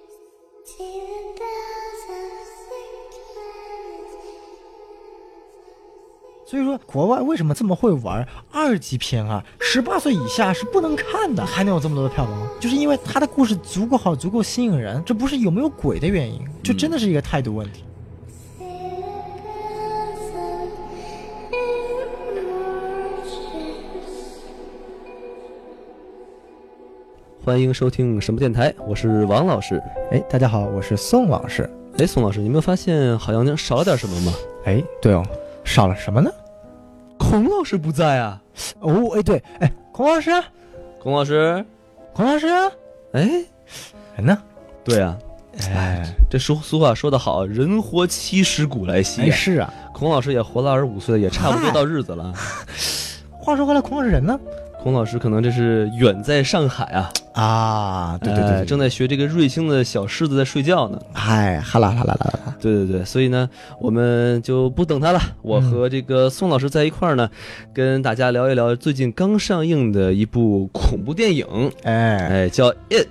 Tearing bells and singing. 所以说，国外为什么这么会玩二级片啊？十八岁以下是不能看的，还能有这么多的票房，就是因为它的故事足够好，足够吸引人。这不是有没有鬼的原因，就真的是一个态度问题。 Tearing bells and images. 欢迎收听什么电台，我是王老师。哎，大家好，我是宋老师。哎，宋老师，你没有发现好像少了点什么吗？哎，对哦，少了什么呢？孔老师不在啊。哦，哎对，哎，孔老师，孔老师，孔老师，哎，人呢？对啊，哎，这俗俗话说得好，人活七十古来稀、没啊。事啊。孔老师也活了二十五岁，也差不多到日子了。话说回来，孔老师人呢？孔老师可能这是远在上海啊，啊，对对对哎正在学这个瑞星的小狮子在睡觉呢。哎，哈啦哈啦啦啦，对对对，所以呢，我们就不等他了。我和这个宋老师在一块儿呢，嗯跟大家聊一聊最近刚上映的一部恐怖电影，哎哎，叫《It》，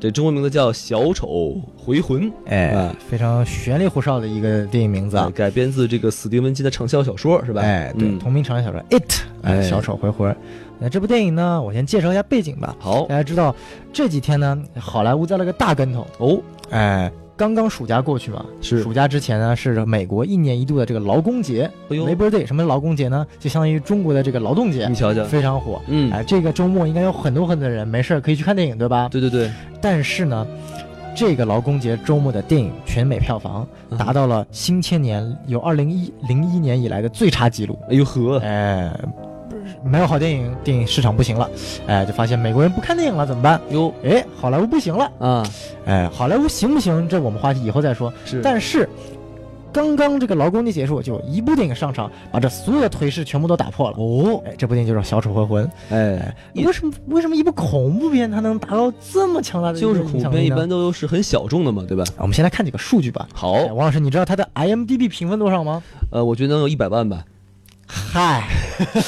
这中文名字叫《小丑回魂》，哎啊，非常玄里胡哨的一个电影名字啊哎。改编自这个史蒂文金的畅销小说，是吧？哎，对，嗯同名畅销小说《It》哎，哎小丑回魂。那这部电影呢，我先介绍一下背景吧。好大家知道，这几天呢，好莱坞栽了个大跟头。哦，哎，刚刚暑假过去嘛，是暑假之前呢，是美国一年一度的这个劳工节哎呦， （Labor Day）。什么劳工节呢？就相当于中国的这个劳动节你，瞧瞧，非常火。嗯，哎，这个周末应该有很多很多人没事儿可以去看电影，对吧？对对对，但是呢，这个劳工节周末的电影全美票房嗯达到了新千年有二零一零一年以来的最差记录。哎呦 呵，哎，不是没有好电影，电影市场不行了，哎，就发现美国人不看电影了，怎么办？哟哎，好莱坞不行了，啊，哎，好莱坞行不行？这我们话题以后再说。是，但是，刚刚这个劳工节结束，就有一部电影上场，把这所有的颓势全部都打破了。哦，哎，这部电影就是《小丑回魂》。哎，为什么为什么一部恐怖片它能达到这么强大的就是恐影怖响力片一呢般都是很小众的嘛，对吧？啊我们先来看几个数据吧。好，哎王老师，你知道它的 IMDB 评分多少吗？呃，我觉得能有一百万吧。嗨，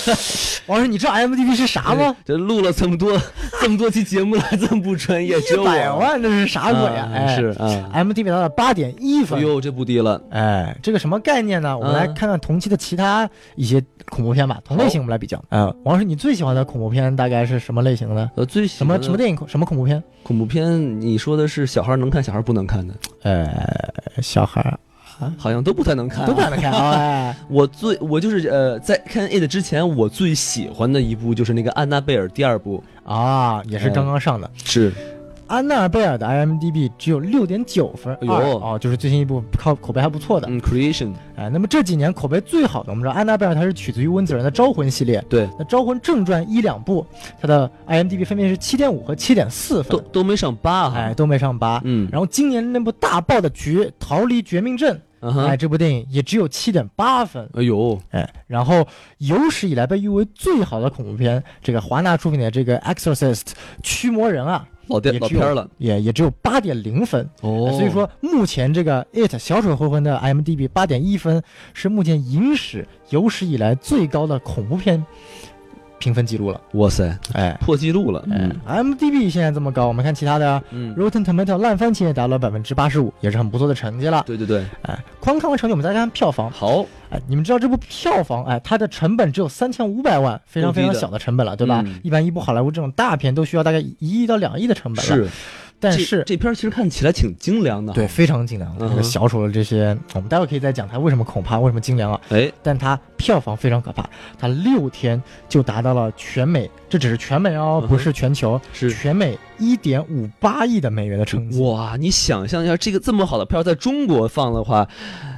王老师，你知道 IMDB 是啥啊吗？这录了这么多 这么多期节目了， 这么不专业，只有我一百万这是啥鬼呀、啊哎，是啊， MDB 达到八点一哎分。呦，嗯这不低了。哎，这个什么概念呢？我们来看看同期的其他一些恐怖片吧，同类型我们来比较。嗯呃，王老师，你最喜欢的恐怖片大概是什么类型的？呃，最什么什么电影？什么恐怖片？恐怖片？你说的是小孩能看，小孩不能看的，呃，小孩儿好像都不太能看、 啊都不。敢看嗯啊、哎我最我就是呃，在看 it 之前，我最喜欢的一部就是那个《安娜贝尔》第二部，啊，也是刚刚上的。是安娜贝尔的 IMDB 只有六点九分，哎呦二哦，就是最新一部靠口碑还不错的。嗯，Creation，哎，那么这几年口碑最好的，我们知道安娜贝尔它是取自于温子仁的《招魂》系列，对，那《招魂正传》一两部，它的 IMDB 分别是七点五和七点四都分，都没上八哈。哎，都没上八。嗯，然后今年那部大爆的《绝逃离绝命镇》，嗯哼哎，这部电影也只有七点八分，哎呦，哎，然后有史以来被誉为最好的恐怖片，这个华纳出品的这个《Exorcist》驱魔人啊，老也电老只有片儿了。也也只有八点零分。哦，所以说，目前这个《It 小丑回魂》的 IMDB 八点一分是目前影史有史以来最高的恐怖片评分记录了。哇塞，哎，破纪录了。哎嗯，IMDB 现在这么高，我们看其他的啊嗯， Rotten Tomato 烂番茄也达到了百分之八十五，也是很不错的成绩了。对对对，哎，光看完成绩，我们再看票房。好，哎，你们知道这部票房，哎，它的成本只有三千五百万，非常不低非常的小的成本了，对吧？嗯一般一部好莱坞这种大片都需要大概一亿到两亿的成本了。，是。但这是这片儿其实看起来挺精良的。对，，非常精良。这啊嗯个哼小丑的这些，我们待会儿可以再讲它为什么恐怕，为什么精良啊？哎，但它票房非常可怕，它六天就达到了全美，这只是全美哦嗯，哼不是全球，是全美一点五八亿的美元的成绩。哇，你想象一下，这个这么好的片儿在中国放的话，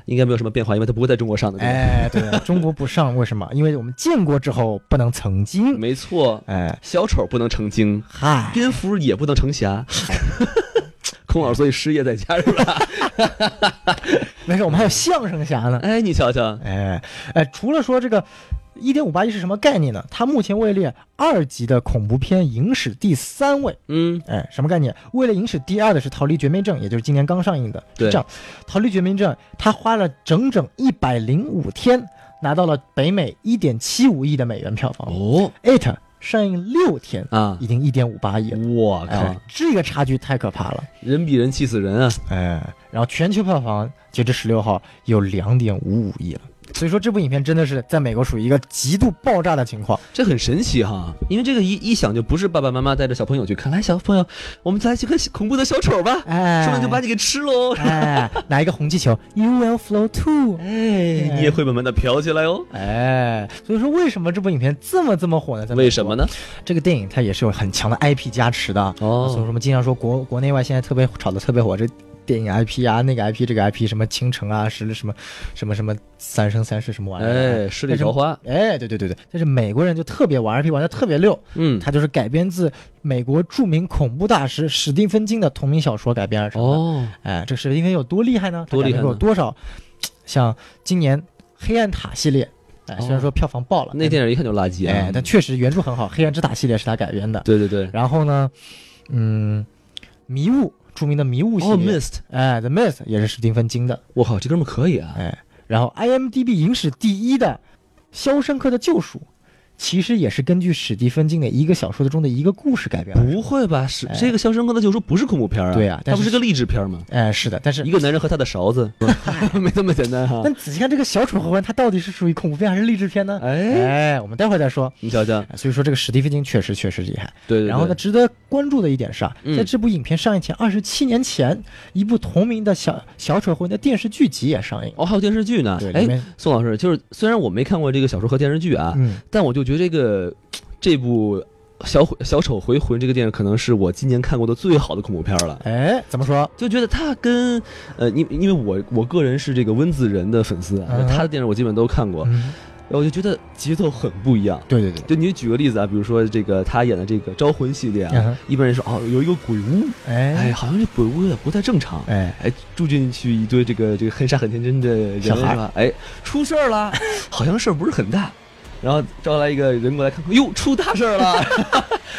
应该没有什么变化，因为它不会在中国上的。对吧哎，对，中国不上，为什么？因为我们建国之后不能曾经。没错，哎，小丑不能成精，嗨，蝙蝠也不能成侠。 空耳所以失业在家是吧？没事，我们还有相声侠呢。哎，你瞧瞧，哎哎，除了说这个一点五八亿是什么概念呢？它目前位列二级的恐怖片影史第三位。嗯，哎，什么概念？位列影史第二的是《逃离绝命镇》，也就是今年刚上映的。对是这样，《逃离绝命镇》它花了整整一百零五天，拿到了北美一点七五亿的美元票房。哦 It》上映六天，啊，已经一点五八亿了。我哎靠，，这个差距太可怕了。人比人气死人啊！哎，然后全球票房截至十六号有两点五五亿了。所以说这部影片真的是在美国属于一个极度爆炸的情况。这很神奇哈，因为这个一一想就不是爸爸妈妈带着小朋友去看，来小朋友，我们再去看恐怖的小丑吧，哎，说不定就把你给吃喽。哎拿一个红气球，You will flow too。哎，你也会慢慢的飘起来哦。哎，所以说为什么这部影片这么这么火呢？在美国为什么？呢？这个电影它也是有很强的 IP 加持的啊。哦所以说我们经常说国国内外现在特别炒的特别火，这电影 IP 啊，那个 IP，这个 IP 什么倾城啊，什么什么什么什么三生三世什么玩意儿啊。哎，十里桃花，哎，对对对对，但是美国人就特别玩 IP 玩的特别溜，嗯，它就是改编自美国著名恐怖大师史蒂芬金的同名小说改编而成的。哦，哎，这个史蒂芬有多厉害呢？多厉害呢它改编过有多少？像今年《黑暗塔》系列，哎，虽然说票房爆了，哦那电影一看就垃圾但哎啊，。但确实原著很好，《黑暗之塔》系列是他改编的。对对对，然后呢，嗯，迷雾著名的迷雾系哦列， ，Mist，哎，The Mist 也是史蒂芬金的，我靠，这哥们儿可以啊！哎，然后 IMDB 影史第一的《肖申克的救赎》。其实也是根据史蒂芬金的一个小说中的一个故事改编而成。不会吧？是这个《肖申克的救赎》不是恐怖片啊？哎对啊它但不是是个励志片吗？哎，是的，但是哎一个男人和他的勺子， 没那么简单哈。但仔细看这个小丑和魂，它到底是属于恐怖片还是励志片呢？哎哎，我们待会儿再说。你瞧瞧，哎所以说这个史蒂芬金确实确实厉害。对对对。然后呢，值得关注的一点是啊，嗯在这部影片上映前二十七年前，一部同名的小小丑魂的电视剧集也上映。哦，还有电视剧呢对，。里哎，面宋老师，就是虽然我没看过这个小说和电视剧啊，嗯，但我就觉得这个这部小虎小丑回魂这个电影可能是我今年看过的最好的恐怖片了。哎，怎么说？就觉得他跟，呃，因因为我我个人是这个温子仁的粉丝啊，嗯他的电影我基本都看过，嗯，我就觉得节奏很不一样。对对对，就你举个例子啊，比如说这个他演的这个《招魂》系列嗯啊哼，一般人说哦有一个鬼屋，哎，哎好像这鬼屋有点不太正常，哎，哎，住进去一堆这个这个很傻很天真的人小孩是吧？哎，出事儿 了，好像事儿不是很大，然后招来一个人过来看看，哟，出大事儿了，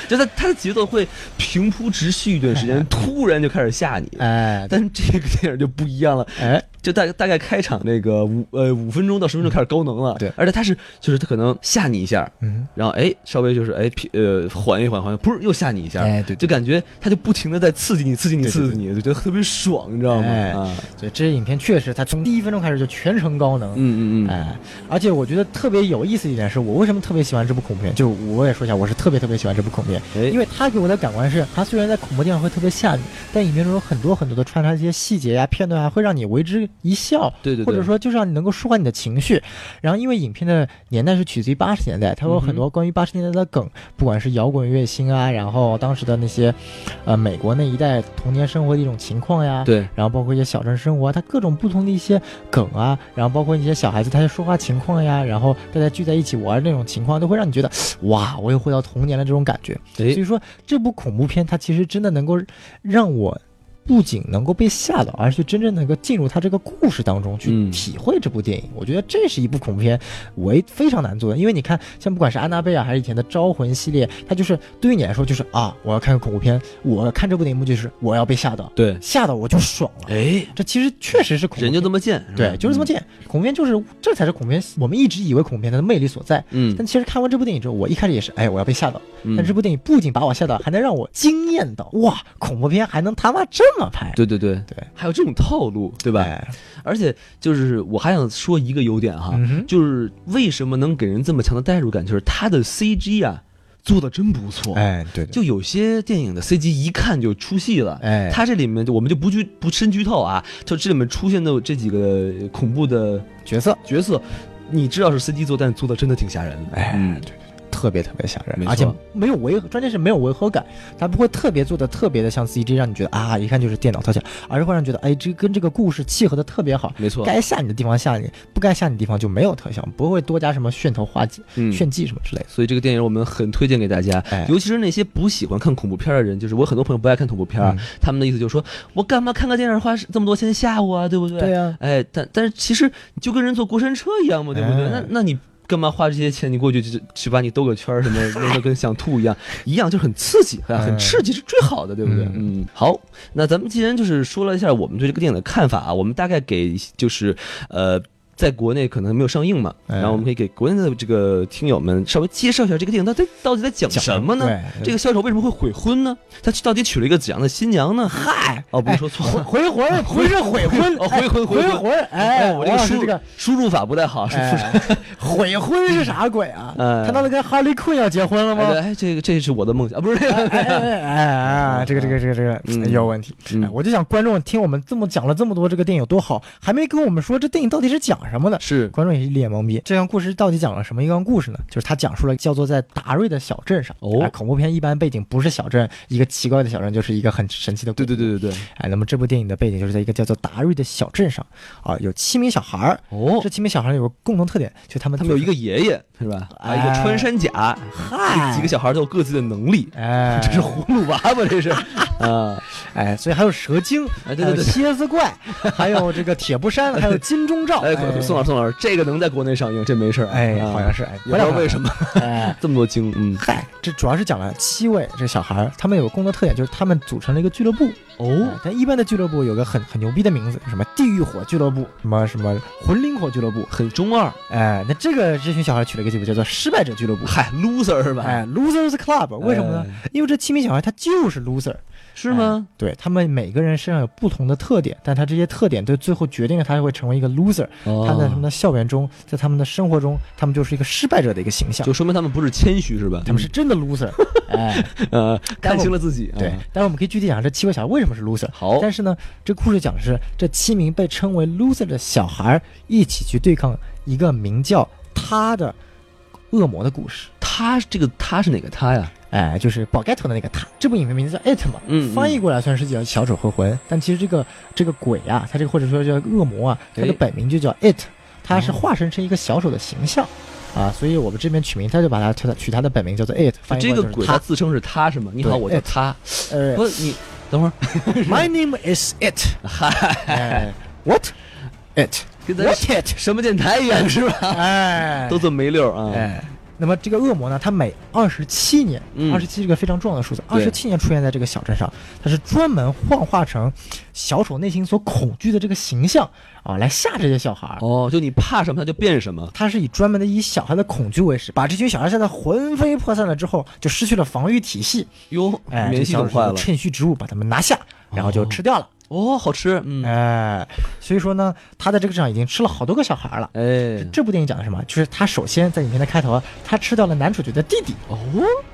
就他他的节奏会平铺直叙一段时间，突然就开始吓你。哎，但是这个电影就不一样了，哎，就大大概开场那个五呃五分钟到十分钟就开始高能了，对而且他是就是他可能吓你一下，嗯，然后哎稍微就是哎平呃缓一缓缓一缓，噗又吓你一下，哎对对就感觉他就不停的在刺激你刺激你对对刺激你，就觉得特别爽，你知道吗？哎啊，所以这影片确实，它从第一分钟开始就全程高能。嗯嗯嗯，哎，而且我觉得特别有意思一点是，我为什么特别喜欢这部恐怖片？就我也说一下，我是特别特别喜欢这部恐怖片，哎因为它给我的感官是，它虽然在恐怖电影会特别吓你，但影片中有很多很多的穿插一些细节呀、片段啊，会让你为之一笑，对对对或者说就是让你能够舒缓你的情绪。然后因为影片的年代是取自于八十年代，它嗯有很多关于八十年代的梗，不管是摇滚乐星啊，然后当时的那些，呃，美国那一代童年生活的一种情况呀，对，然后包括一些小镇生活啊，它各种不同的一些梗啊，然后包括一些小孩子他的说话情况呀，然后大家聚在一起玩那种情况，都会让你觉得哇，我又回到童年的这种感觉。所以哎，说这部恐怖片它其实真的能够让我。不仅能够被吓到，而且真正能够进入它这个故事当中去嗯体会这部电影。我觉得这是一部恐怖片，我也非常难做的，因为你看，像不管是安娜贝尔还是以前的招魂系列，它就是对于你来说就是啊，我要看个恐怖片，我看这部电影就是我要被吓到，对，吓到我就爽了。哎，这其实确实是恐怖片人就这么嗯贱，是吧对，就是这么，见。恐怖片就是这才是恐怖片，我们一直以为恐怖片它的魅力所在。嗯，但其实看完这部电影之后，我一开始也是，哎，我要被吓到。嗯但这部电影不仅把我吓到，还能让我惊艳到。哇，恐怖片还能他妈这么拍，对对对对，还有这种套路，对吧？哎而且就是我还想说一个优点哈，嗯哼就是为什么能给人这么强的代入感，就是它的 CG 啊做的真不错。哎，对对，就有些电影的 CG 一看就出戏了，哎它这里面就我们就不剧不深剧透啊，就这里面出现的这几个恐怖的角色，角色，你知道是 CG 做，但做的真的挺吓人的，哎嗯，特特别特别吓人没，错而且没有违和，关键是没有违和感，它不会特别做的特别的像 CG，让你觉得啊，一看就是电脑特效，而是会让你觉得哎，这跟这个故事契合的特别好。没错，该吓你的地方吓你，不该吓你的地方就没有特效，不会多加什么噱头画技、嗯炫技什么之类的。所以这个电影我们很推荐给大家，哎尤其是那些不喜欢看恐怖片的人，就是我很多朋友不爱看恐怖片，啊嗯他们的意思就是说我干嘛看个电影花这么多钱吓我啊，对不对？对呀哎，但但是其实你就跟人坐过山车一样嘛，对不对？哎那那你。干嘛花这些钱？你过去去去把你兜个圈儿什么，弄得跟想吐一样， 一样就是很刺激，很很嗯刺激是最好的，对不对？嗯嗯，好，那咱们既然就是说了一下我们对这个电影的看法啊，我们大概给就是呃，在国内可能没有上映嘛，哎然后我们可以给国内的这个听友们稍微介绍一下这个电影它它到底在讲什么呢？对这个小丑为什么会悔婚呢？他到底娶了一个怎样的新娘呢？嗨，哦，不哎是说错了。回魂不是悔婚，哦，回婚回婚，魂，哎，我这个王老师输这个。输入法不太好，是不是？哎，悔婚是啥鬼啊？哎他难道跟哈利坤要结婚了哎，对吗？哎这个这是我的梦想，啊不是那哎个。 哎哎哎哎，这个这个这个这嗯个有问题。嗯哎我就想观众听我们这么讲了这么多这个电影有多好，还没跟我们说这电影到底是讲什么呢？是观众也一脸懵逼。这段故事到底讲了什么一段故事呢？就是他讲述了叫做在达瑞的小镇上。哦哎恐怖片一般背景不是小镇，一个奇怪的小镇就是一个很神奇的。对对。对对对，哎，那么这部电影的背景就是在一个叫做达瑞的小镇上啊，有七名小孩儿。哦这，七名小孩儿有个共同特点，就他们他们有一个爷爷是吧？啊，一个穿山甲，哎嗨几个小孩都有各自的能力，哎，这是葫芦娃吧？ 这是啊，哎，所以还有蛇精，哎还对对有对蝎子怪，还有这个铁布衫，还有金钟罩。哎，宋老师，师，宋老师，这个能在国内上映，这没事儿。哎，啊好像是，哎，也不知道为什么么，哎。 这么多精，嗯，嗨，这主要是讲了七位这小孩儿，他们有个共同特点，就是他们组成了一个俱乐部。哦哎，但一般的俱乐部有个很很牛逼的名字，什么地狱火俱乐部，什么什么魂灵火俱乐部。很中二，哎，那这个这群小孩取了一个叫叫做失败者俱乐部。嗨，loser 是吧？哎，losers club，为什么呢？因为这七名小孩他就是 loser，是吗？哎对他们每个人身上有不同的特点，但他这些特点对最后决定了他会成为一个 loser。哦他在他们的校园中，在他们的生活中，他们就是一个失败者的一个形象就。说明他们不是谦虚是吧？他们是真的 loser，哎， 呃，待会看儿清了自己。对啊，。但是我们可以具体讲这七位小孩为什么是 loser。好但是呢，这故事讲的是这七名被称为 loser 的小孩一起去对抗一个名叫他的恶魔的故事。他这个他是哪个他呀？哎，就是宝盖头的那个他，这部影片名字叫《It》嘛，嗯嗯翻译过来算是叫《小丑回魂》，但其实这个这个鬼啊，他这个或者说叫恶魔啊，他的哎本名就叫 It，他是化身成一个小丑的形象、啊，所以我们这边取名，他就把他取他取他的本名叫做 It，翻译这个过来就是鬼他他。自称是他是吗？你好，对我叫哎他。 呃不，你等会儿 ，My name is It，哎，What It 跟咱 What It，什么电台一样是吧？哎，都这么没溜儿啊！哎。那么这个恶魔呢，他每二十七年，嗯二十七是个非常重要的数字，二对十七年出现在这个小镇上，他是专门幻化成小丑内心所恐惧的这个形象啊，来吓这些小孩儿。哦，就你怕什么他就变什么。他是以专门的以小孩的恐惧为食，把这群小孩吓得魂飞魄散了之后，就失去了防御体系，哟，哎，免疫这系小统坏丑了就。趁虚植入把他们拿下，然后就吃掉了。哦，好吃，嗯，哎，所以说呢，他在这个镇上已经吃了好多个小孩了。哎，这部电影讲的什么？就是他首先在影片的开头，啊他吃掉了男主角的弟弟。哦，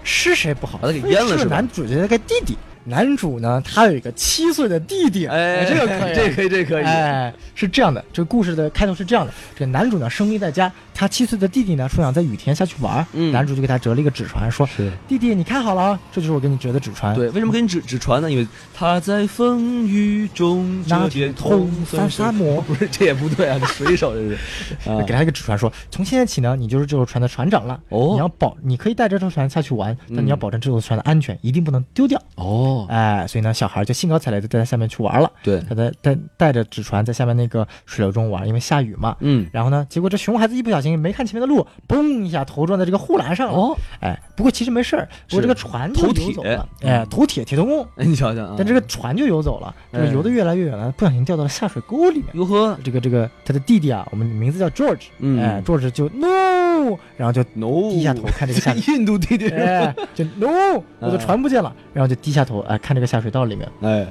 是谁不好？把他给淹了非是吧男主角那个弟弟，男主呢，他有一个七岁的弟弟，哎，这个可以，啊这可以，这可以，哎，是这样的，这个故事的开头是这样的：这个男主呢生病在家，他七岁的弟弟呢说想在雨田下去玩儿，嗯男主就给他折了一个纸船，说是：“弟弟，你看好了啊，这就是我给你折的纸船。”对，为什么给你指指传呢？因为他在风雨中那折叠通三三三摩 不是这也不对啊，这水手这是啊 给，他一个纸船说，从现在起呢，你就是这艘船的船长了。哦你要保，你可以带这艘船下去玩，但你要嗯保证这艘船的安全，一定不能丢掉。哦，哎，所以呢，小孩就兴高采烈的在下面去玩了。对他在带带着纸船在下面那个水流中玩，因为下雨嘛。嗯，然后呢，结果这熊孩子一不小心没看前面的路，嘣一下头撞在这个护栏上了。哦，哎，不过其实没事儿，不过是这个船就头铁游走了。哎，头铁铁头功，哎，你瞧瞧啊，但这个船就游走了，嗯这个游得越来越远了，不小心掉到了下水沟里面。如何这个这个他的弟弟啊，我们名字叫 George，嗯哎，George 就 no，然后就 no 低下头看这个下面 印度弟弟，哎就嗯 no，我的船不见了，然后就低下头哎看这个下水道里面，哎，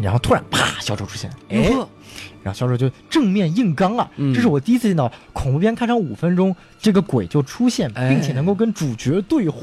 然后突然啪，小丑出现，哎，如何然后小丑就正面硬刚啊！嗯这是我第一次见到恐怖片看上五分钟，这个鬼就出现，哎 并且能够跟主角对话，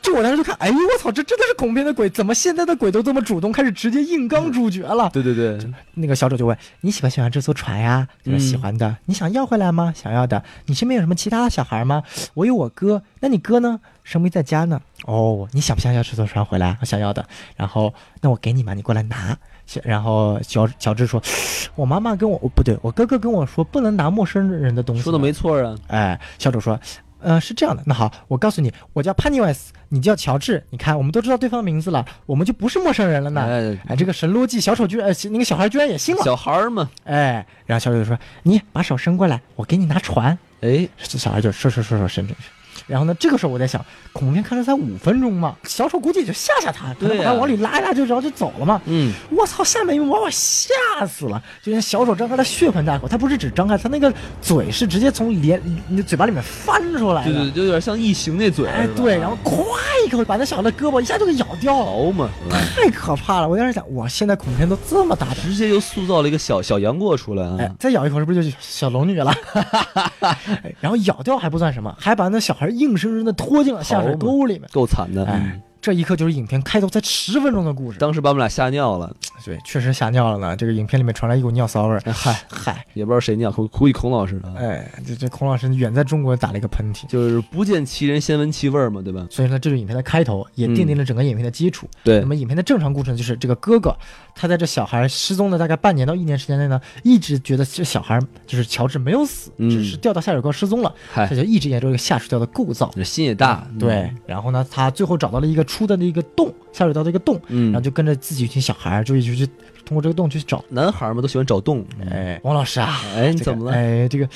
这我当时就看，哎呦我操，这真的是恐怖片的鬼，怎么现在的鬼都这么主动，开始直接硬嗯刚主角了？对对对，那个小丑就问你喜不喜欢这艘船呀、嗯就说喜欢的。你想要回来吗？想要的。你身边有什么其他的小孩吗？我有我哥。那你哥呢？生病在家呢。哦，你想不想要这艘船回来？我想要的。然后那我给你嘛，你过来拿。小然后乔乔治说， 我妈妈跟我哦不对，我哥哥跟我说不能拿陌生人的东西。说的没错啊，哎，小丑说，呃，是这样的，那好，我告诉你，我叫潘尼维斯，你叫乔治，你看，我们都知道对方的名字了，我们就不是陌生人了呢。哎，哎，这个神逻辑，小丑居然，呃，那个小孩居然也信了。小孩儿嘛，哎，然后小丑就说，你把手伸过来，我给你拿船。哎，这小孩就说说说说伸伸伸。然后呢，这个时候我在想，恐怖片看了才五分钟嘛，小丑估计也就吓吓他，可能对把呀他往里拉一拉就然后就走了嘛。嗯，我操！下面一幕把我吓死了，就像小丑张开了血盆大口，他不是只张开，他那个嘴是直接从脸、你嘴巴里面翻出来的。对对，就有点像异形那嘴，哎，对，然后咵一口把那小孩的胳膊一下就给咬掉了，熬嘛，太可怕了！我当时想，哇，现在恐怖片都这么大胆。直接就塑造了一个小小杨过出来哎啊，，再咬一口是不是就小龙女了？ 哎然后咬掉还不算什么，还把那小孩硬生生的拖进了下水沟里面。够惨的。哎嗯，这一刻就是影片开头才十分钟的故事。当时把我们俩吓尿了，对，确实吓尿了呢。这个影片里面传来一股尿骚味儿。嗨嗨，也不知道谁尿，估估计孔老师的啊，哎，这这孔老师远在中国打了一个喷嚏。就是不见其人先闻其味儿嘛，对吧？所以呢，这就是影片的开头，也奠定了整个影片的基础。嗯对那么影片的正常故事呢，就是这个哥哥，他在这小孩失踪的大概半年到一年时间内呢，一直觉得这小孩就是乔治没有死，嗯只是掉到下水沟失踪了，嗨嗯他就一直研究这个下水道的构造。这心也大，哎对，然后呢，他最后找到了一个出的那个洞，下水道的一个洞，嗯然后就跟着自己一群小孩儿，就一直去通过这个洞去找。男孩嘛都喜欢找洞，哎，王老师啊，哎，你这个怎么了？哎，这个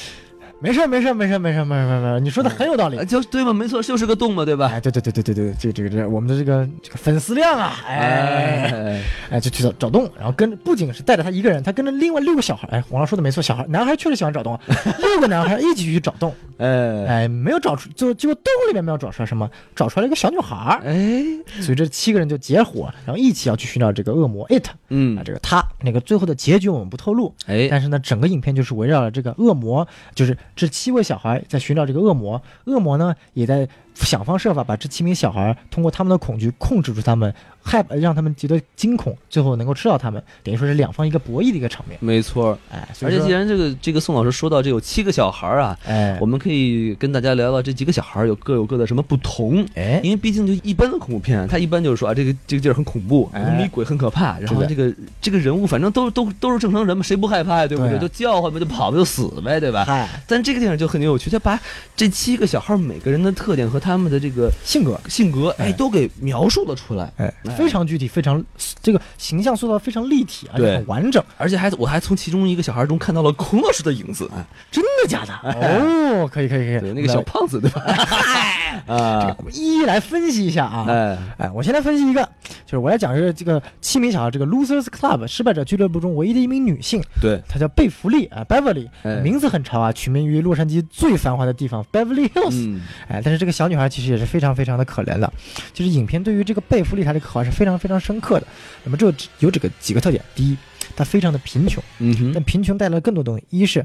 没事儿没事儿没事儿没事儿没事儿没事儿，你说的很有道理哎，。就对嘛，没错，就是个洞嘛，对吧？哎，对对对对对对，这个这个这个我们的这个这个粉丝量啊，哎哎，哎，就去找找洞，然后跟不仅是带着他一个人，他跟着另外六个小孩，哎，黄老师说的没错，小孩男孩确实喜欢找洞啊，六个男孩一起去找洞，哎，哎，没有找出，就结果洞里面没有找出来什么，找出来了一个小女孩儿，哎，所以这七个人就结伙，然后一起要去寻找这个恶魔 it 啊，嗯，这个他那个最后的结局我们不透露，哎，但是呢，整个影片就是围绕着这个恶魔，就是这七位小孩在寻找这个恶魔，恶魔呢也在想方设法把这七名小孩通过他们的恐惧控制住他们，害让他们觉得惊恐，最后能够吃到他们，等于说是两方一个博弈的一个场面。没错。哎，所而以且既说，然这个这个宋老师说到这有七个小孩儿啊，哎我，们可以跟大家聊聊这几个小孩儿有各有各的什么不同。哎因为毕竟就一般的恐怖片啊，它一般就是说啊，这个这个地儿很恐怖，哎迷鬼很可怕，然后是这的个这个人物反正都都都是正常人嘛，谁不害怕呀，对不对对？啊就叫唤呗，就跑呗，就死呗，对吧？嗨，但这个电影就很有趣，他把这七个小孩儿每个人的特点和他们的这个性格，性格，哎，哎都给描述了出来。哎，非常具体，非常这个形象塑造得非常立体，而且对很完整。而且还我还从其中一个小孩中看到了孔老师的影子，哎真的假的？哦，可以可以可以，对，那个小胖子，对 吧？哎啊，我们一一来分析一下啊。哎，哎，我先来分析一个，就是我要讲是这个七名小孩，这个 Losers Club 失败者俱乐部中唯一的一名女性，对，她叫贝弗利啊，Beverly，哎名字很长啊，取名于洛杉矶最繁华的地方 Beverly Hills。嗯，哎，但是这个小女孩其实也是非常非常的可怜的，就是影片对于这个贝弗利她这个可爱是非常非常深刻的。那么这有有这个几个特点，第一，她非常的贫穷，嗯哼，但贫穷带来了更多东西，一是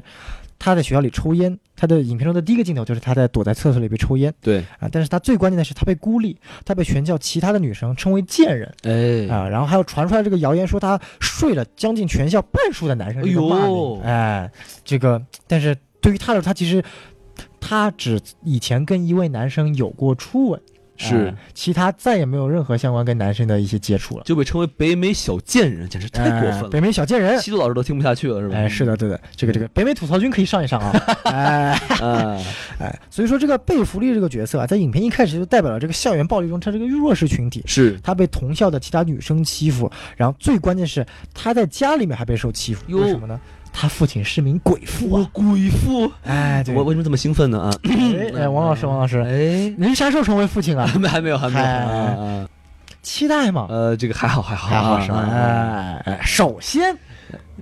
她在学校里抽烟，她的影片中的第一个镜头就是她在躲在厕所里边抽烟。对，啊，但是他最关键的是他被孤立，他被全校其他的女生称为贱人哎，啊，然后还有传出来这个谣言说他睡了将近全校半数的男生，这个骂哎名呦哎，这个，但是对于他来说，他其实他只以前跟一位男生有过初吻。是哎其他再也没有任何相关跟男生的一些接触了，就被称为北美小贱人，简直太过哎分北了。美小贱人，西渡老师都听不下去了，是吧？哎，是的，对的，这个这个北美吐槽君可以上一上啊， 哎，啊，哎，所以说这个贝弗利这个角色啊，在影片一开始就代表了这个校园暴力中他这个弱势群体，是他被同校的其他女生欺负，然后最关键是他在家里面还被受欺负，哟为什么呢？他父亲是名鬼父我啊！鬼父，哎，对，我为什么这么兴奋呢？啊， 哎哎，王老师，王老师，哎， 您啥时候成为父亲啊？还没还没有还没有嗨啊，期待嘛啊，呃，这个还好还好还好是吧？啊，哎，哎首先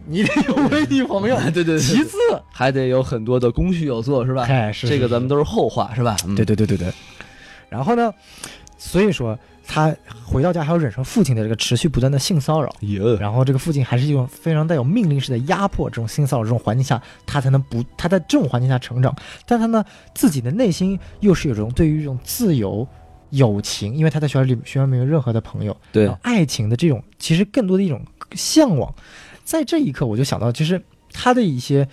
你得有位女朋友，对 对对，其次，还得有很多的工序要做，是吧？哎，是这个是咱们都是后话，是吧？嗯对对对对对。然后呢，所以说他回到家还要忍受父亲的这个持续不断的性骚扰，哟，然后这个父亲还是一种非常带有命令式的压迫，这种性骚扰这种环境下，他才能不他在这种环境下成长，但他呢自己的内心又是有一种对于一种自由。友情，因为他在学校里学校没有任何的朋友，对然后爱情的这种，其实更多的一种向往，在这一刻我就想到，其实他的一些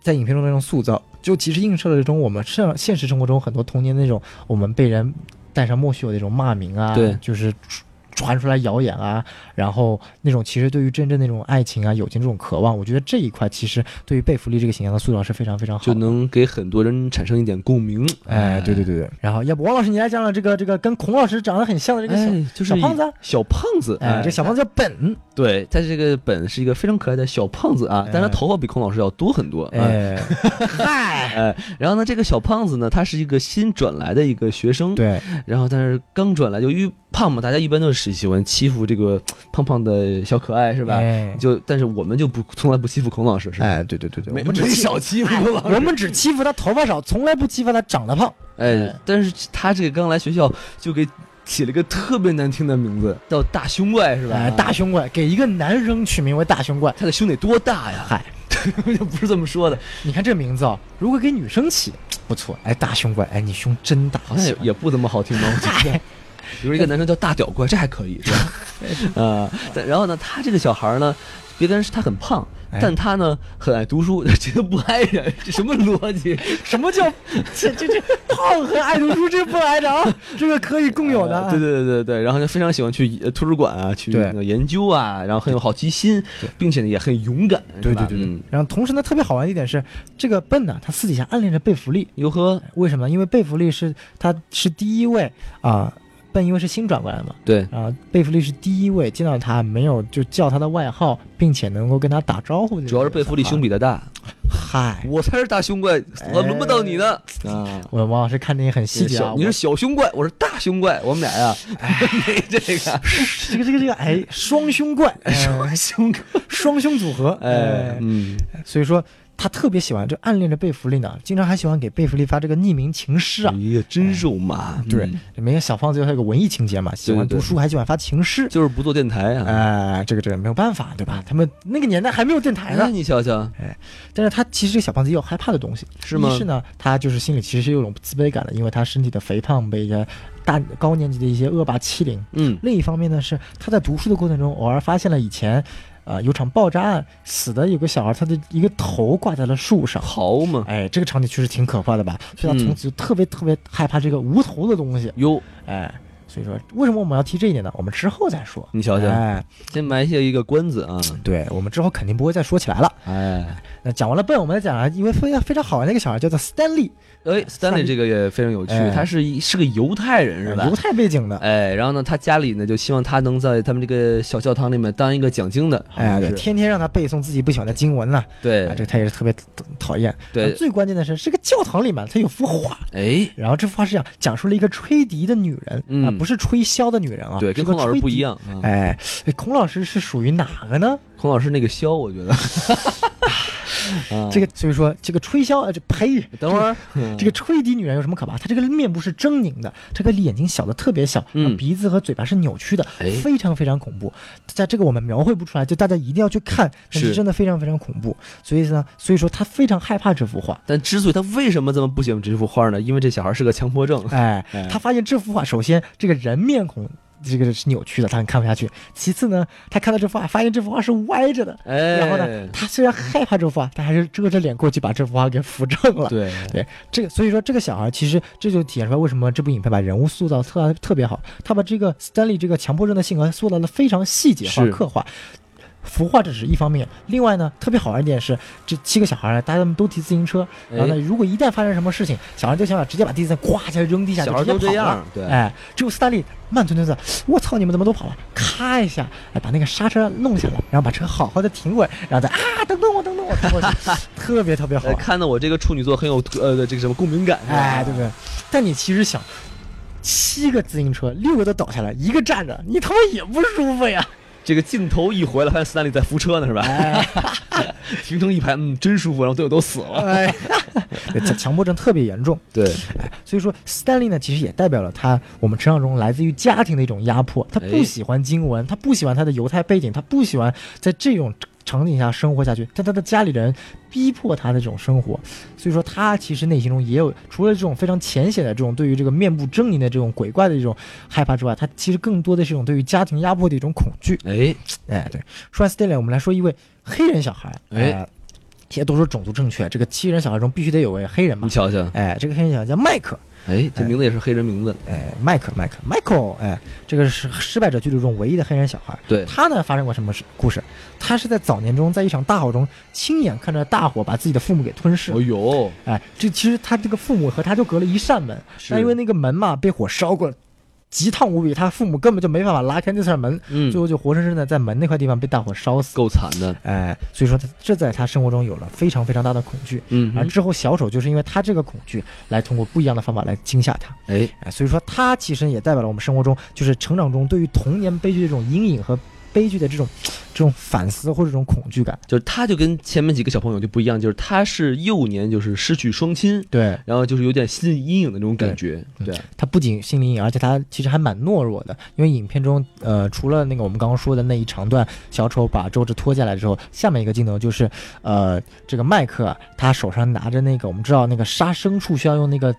在影片中的那种塑造，就其实映射了这种我们上现实生活中很多童年那种我们被人带上莫须有的那种骂名啊，对就是传传出来谣言啊，然后那种其实对于真正那种爱情啊、友情这种渴望，我觉得这一块其实对于贝弗利这个形象的塑造是非常非常好就的。能给很多人产生一点共鸣。哎，对对对对，然后要不王老师你来讲讲这个这个跟孔老师长得很像的这个小哎，就是小胖子啊，小胖子，哎，这小胖子叫本，对，在这个本是一个非常可爱的小胖子啊，但他哎头发比孔老师要多很多。啊哎，嗨， 哎，然后呢，这个小胖子呢，他是一个新转来的一个学生，对，然后但是刚转来，由于胖嘛，大家一般都是喜欢欺负这个胖胖的小可爱，是是吧？哎、就但是我们就不从来不欺负孔老师，是吧？哎，对对对对，没我们只欺少欺 负孔老师。哎我们只欺负他头发少，从来不欺负他长得胖。哎，但是他这个刚来学校就给起了个特别难听的名字，叫大胸怪，是吧？哎，大胸怪给一个男生取名为大胸怪，他的胸得多大呀？嗨，就 不是这么说的，你看这名字啊、如果给女生起，不错。哎，大胸怪，哎，你胸真大，好像也也不怎么好听吧？我觉得。 比如一个男生叫大屌怪，这还可以，是 吧？啊、但然后呢，他这个小孩儿呢，别看是他很胖，哎但他呢很爱读书， 觉得不挨人， 这什么逻辑？ 什么叫这这这胖和爱读书这不挨着啊？这个可以共有的。啊 对对对对，然后就非常喜欢去呃图书馆啊，去对那个研究啊，然后很有好奇心，并且呢也很勇敢，对是吧对对对嗯然后同时呢，特别好玩的一点是，这个笨呢、他私底下暗恋着贝弗利，哟呵，为什么呢？因为贝弗利是他是第一位啊、笨因为是新转过来的嘛，对，啊，贝弗利是第一位见到他没有就叫他的外号，并且能够跟他打招呼的。主要是贝弗利胸。比他大，嗨，我才是大胸怪，我轮不到你呢啊。我王老师看电影很细节啊小，你是我小胸怪，我是大胸怪，我们俩 呀，没这个 这个这个这个哎，双胸怪，哎胸怪，双胸组合， 哎哎，，嗯，所以说他特别喜欢就暗恋着贝弗利呢，经常还喜欢给贝弗利发这个匿名情诗啊哎。呀，真肉麻，对嗯，里面小胖子还有个文艺情节嘛，喜欢对对读书还喜欢发情诗。就是不做电台啊。哎，这个这个没有办法，对吧？他们那个年代还没有电台呢哎，。你瞧瞧，但是他其实这个小胖子也有害怕的东西，是吗一是呢，他就是心里其实是有种自卑感的，因为他身体的肥胖被一些大高年级的一些恶霸欺凌。嗯，另一方面呢，是他在读书的过程中，偶尔发现了以前，呃，有场爆炸案，死的有个小孩，他的一个头挂在了树上。好嗯嘛，哎，这个场景确实挺可怕的吧？所以他从此就特别特别害怕这个无头的东西。哟，哎，所以说为什么我们要提这一点呢？我们之后再说。你瞧瞧哎，先埋下一个关子啊，对，我们之后肯定不会再说起来了。哎，那讲完了笨，我们再讲啊，因为非常非常好玩的一个小孩叫做 Stanley，哎，Stanley 这个也非常有趣哎，他是一是个犹太人是吧犹？太背景的，哎，然后呢，他家里呢就希望他能在他们这个小教堂里面当一个讲经的，好哎，像对，是天天让他背诵自己不喜欢的经文呢、啊，这对，他也是特别讨厌。对然后最关键的是，这个教堂里面他有幅画，哎，然后这幅画是讲讲述了一个吹笛的女人，嗯啊，不是吹箫的女人啊，对，是跟个孔老师不一样吹笛。啊，哎，哎孔老师是属于哪个呢？孔老师那个箫，我 觉得， 啊这个所以说这个吹箫，呃，这呸，等会儿 这个吹笛女人有什么可怕？她这个面部是狰狞的，这个眼睛小的特别小，嗯然后鼻子和嘴巴是扭曲的哎，非常非常恐怖。在这个我们描绘不出来，就大家一定要去看，但是是真的非常非常恐怖。所以呢，所以说她非常害怕这幅画。 但之所以他为什么这么不喜欢这幅画呢？因为这小孩是个强迫症。哎哎，他发现这幅画，首先这个人面孔这个是扭曲的，他看不下去。其次呢，他看到这幅画，发现这幅画是歪着的。哎，然后呢，他虽然害怕这幅画，但还是遮着脸过去把这幅画给扶正了。 对，对，这个所以说这个小孩其实这就体现出来为什么这部影片把人物塑造特特别好，他把这个 Stanley 这个强迫症的性格塑造的非常细节化是刻画。服化这是一方面，另外呢，特别好玩一点是，这七个小孩儿，大家们都骑自行车，然后呢，哎如果一旦发生什么事情，小孩就想把直接把自行车咵一下扔地下，小孩就都直接这跑了样。，对，哎，只有斯大利慢吞吞的，我操，你们怎么都跑了？咔一下，哎，把那个刹车弄下来，然后把车好好的停稳，然后再啊，等等我，等等我， 等我，特别特别好呃玩。看到我这个处女座很有呃这个什么共鸣感，是吧哎，对不对？但你其实想，七个自行车，六个都倒下来，一个站着，你他妈也不舒服呀！这个镜头一回来，发现斯坦利在扶车呢，是吧？哎 停成一排，嗯，真舒服。然后队友都死了。 哎，强强迫症特别严重。对，哎，所以说，Stanley 呢，其实也代表了他我们成长中来自于家庭的一种压迫。他哎不喜欢经文，他不喜欢他的犹太背景，他不喜欢在这种场景下生活下去，但他的家里人逼迫他的这种生活，所以说他其实内心中也有除了这种非常浅显的这种对于这个面部狰狞的这种鬼怪的这种害怕之外，他其实更多的是一种对于家庭压迫的一种恐惧。哎，哎，对，说完 Stanley，我们来说一位黑人小孩。哎呃，现在都说种族正确，这个七人小孩中必须得有位黑人嘛你。瞧瞧，哎，这个黑人小孩叫迈克，哎，这名字也是黑人名字，哎，迈克，迈克，Michael，哎，这个是失败者俱乐部中唯一的黑人小孩。对他呢发生过什么事故事？他是在早年中，在一场大火中亲眼看着大火把自己的父母给吞噬哦。呦，哎，这其实他这个父母和他就隔了一扇门，是但因为那个门嘛被火烧过，极烫无比，他父母根本就没办法拉开那扇门，嗯最后就活生生的在门那块地方被大火烧死。够惨的，哎，所以说他这在他生活中有了非常非常大的恐惧，嗯而哼，之后小丑就是因为他这个恐惧，来通过不一样的方法来惊吓他。哎，哎，所以说他其实也代表了我们生活中就是成长中对于童年悲剧的这种阴影和悲剧的这种这种反思或者这种恐惧感。就是他就跟前面几个小朋友就不一样，就是他是幼年就是失去双亲，对然后就是有点心理阴影的那种感觉，对，他嗯不仅心理阴影，而且他其实还蛮懦弱的，因为影片中呃除了那个我们刚刚说的那一长段小丑把周芷拖下来之后，下面一个镜头就是呃这个麦克啊他手上拿着那个我们知道那个杀牲畜需要用那个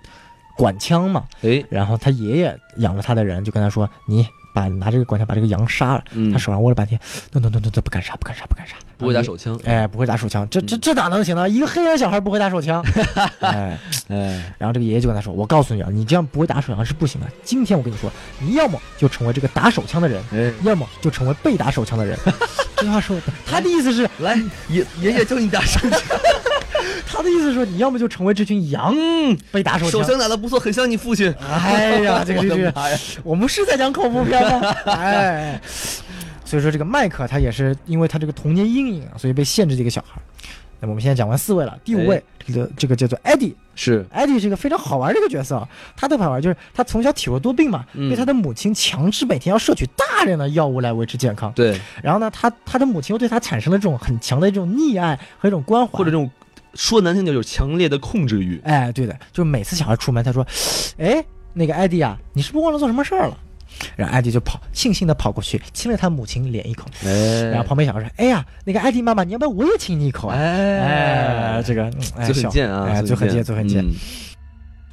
管枪嘛，哎，然后他爷爷养着他的人就跟他说：“你把拿这个管枪把这个羊杀了。嗯他，手上握了半天，no no no no no，不敢杀，不敢杀，不敢杀，不会打然后手枪，你。哎，不会打手枪，这这这哪能行呢？一个黑人小孩不会打手枪，哎，哎，然后这个爷爷就跟他说：“我告诉你啊，你这样不会打手枪是不行的。今天我跟你说，你要么就成为这个打手枪的人，哎，要么就成为被打手枪的人。”这句话说的，他的意思是，来，爷爷爷教你打手 枪，他的意思是说，你要么就成为这群羊嗯，被打手手枪。枪打得不错，很像你父亲。哎 呀，这个我的这个妈呀， 我们是在讲恐怖片 吗？哎，所以说这个麦克他也是因为他这个童年阴影啊，所以被限制的一个小孩。那么我们现在讲完四位了，第五位、哎这个这个叫做 Eddie，是，艾迪是一个非常好玩的一个角色，他特别好玩，就是他从小体弱多病嘛，嗯被他的母亲强制每天要摄取大量的药物来维持健康。对，然后呢，他他的母亲又对他产生了这种很强的这种溺爱和一种关或怀，者这种说难听点，就是强烈的控制欲。哎，对的，就是每次小孩出门，他说：“ 哎，那个艾迪啊，你是不是忘了做什么事儿了？”然后艾迪就跑，悻悻的跑过去，亲了他母亲脸一口。哎然后旁边小孩说：“哎呀，那个艾迪妈妈，你要不要我也亲你一口啊？”哎哎，这个、嗯哎、嘴很小贱啊，哎，嘴很贱，嘴很贱。嗯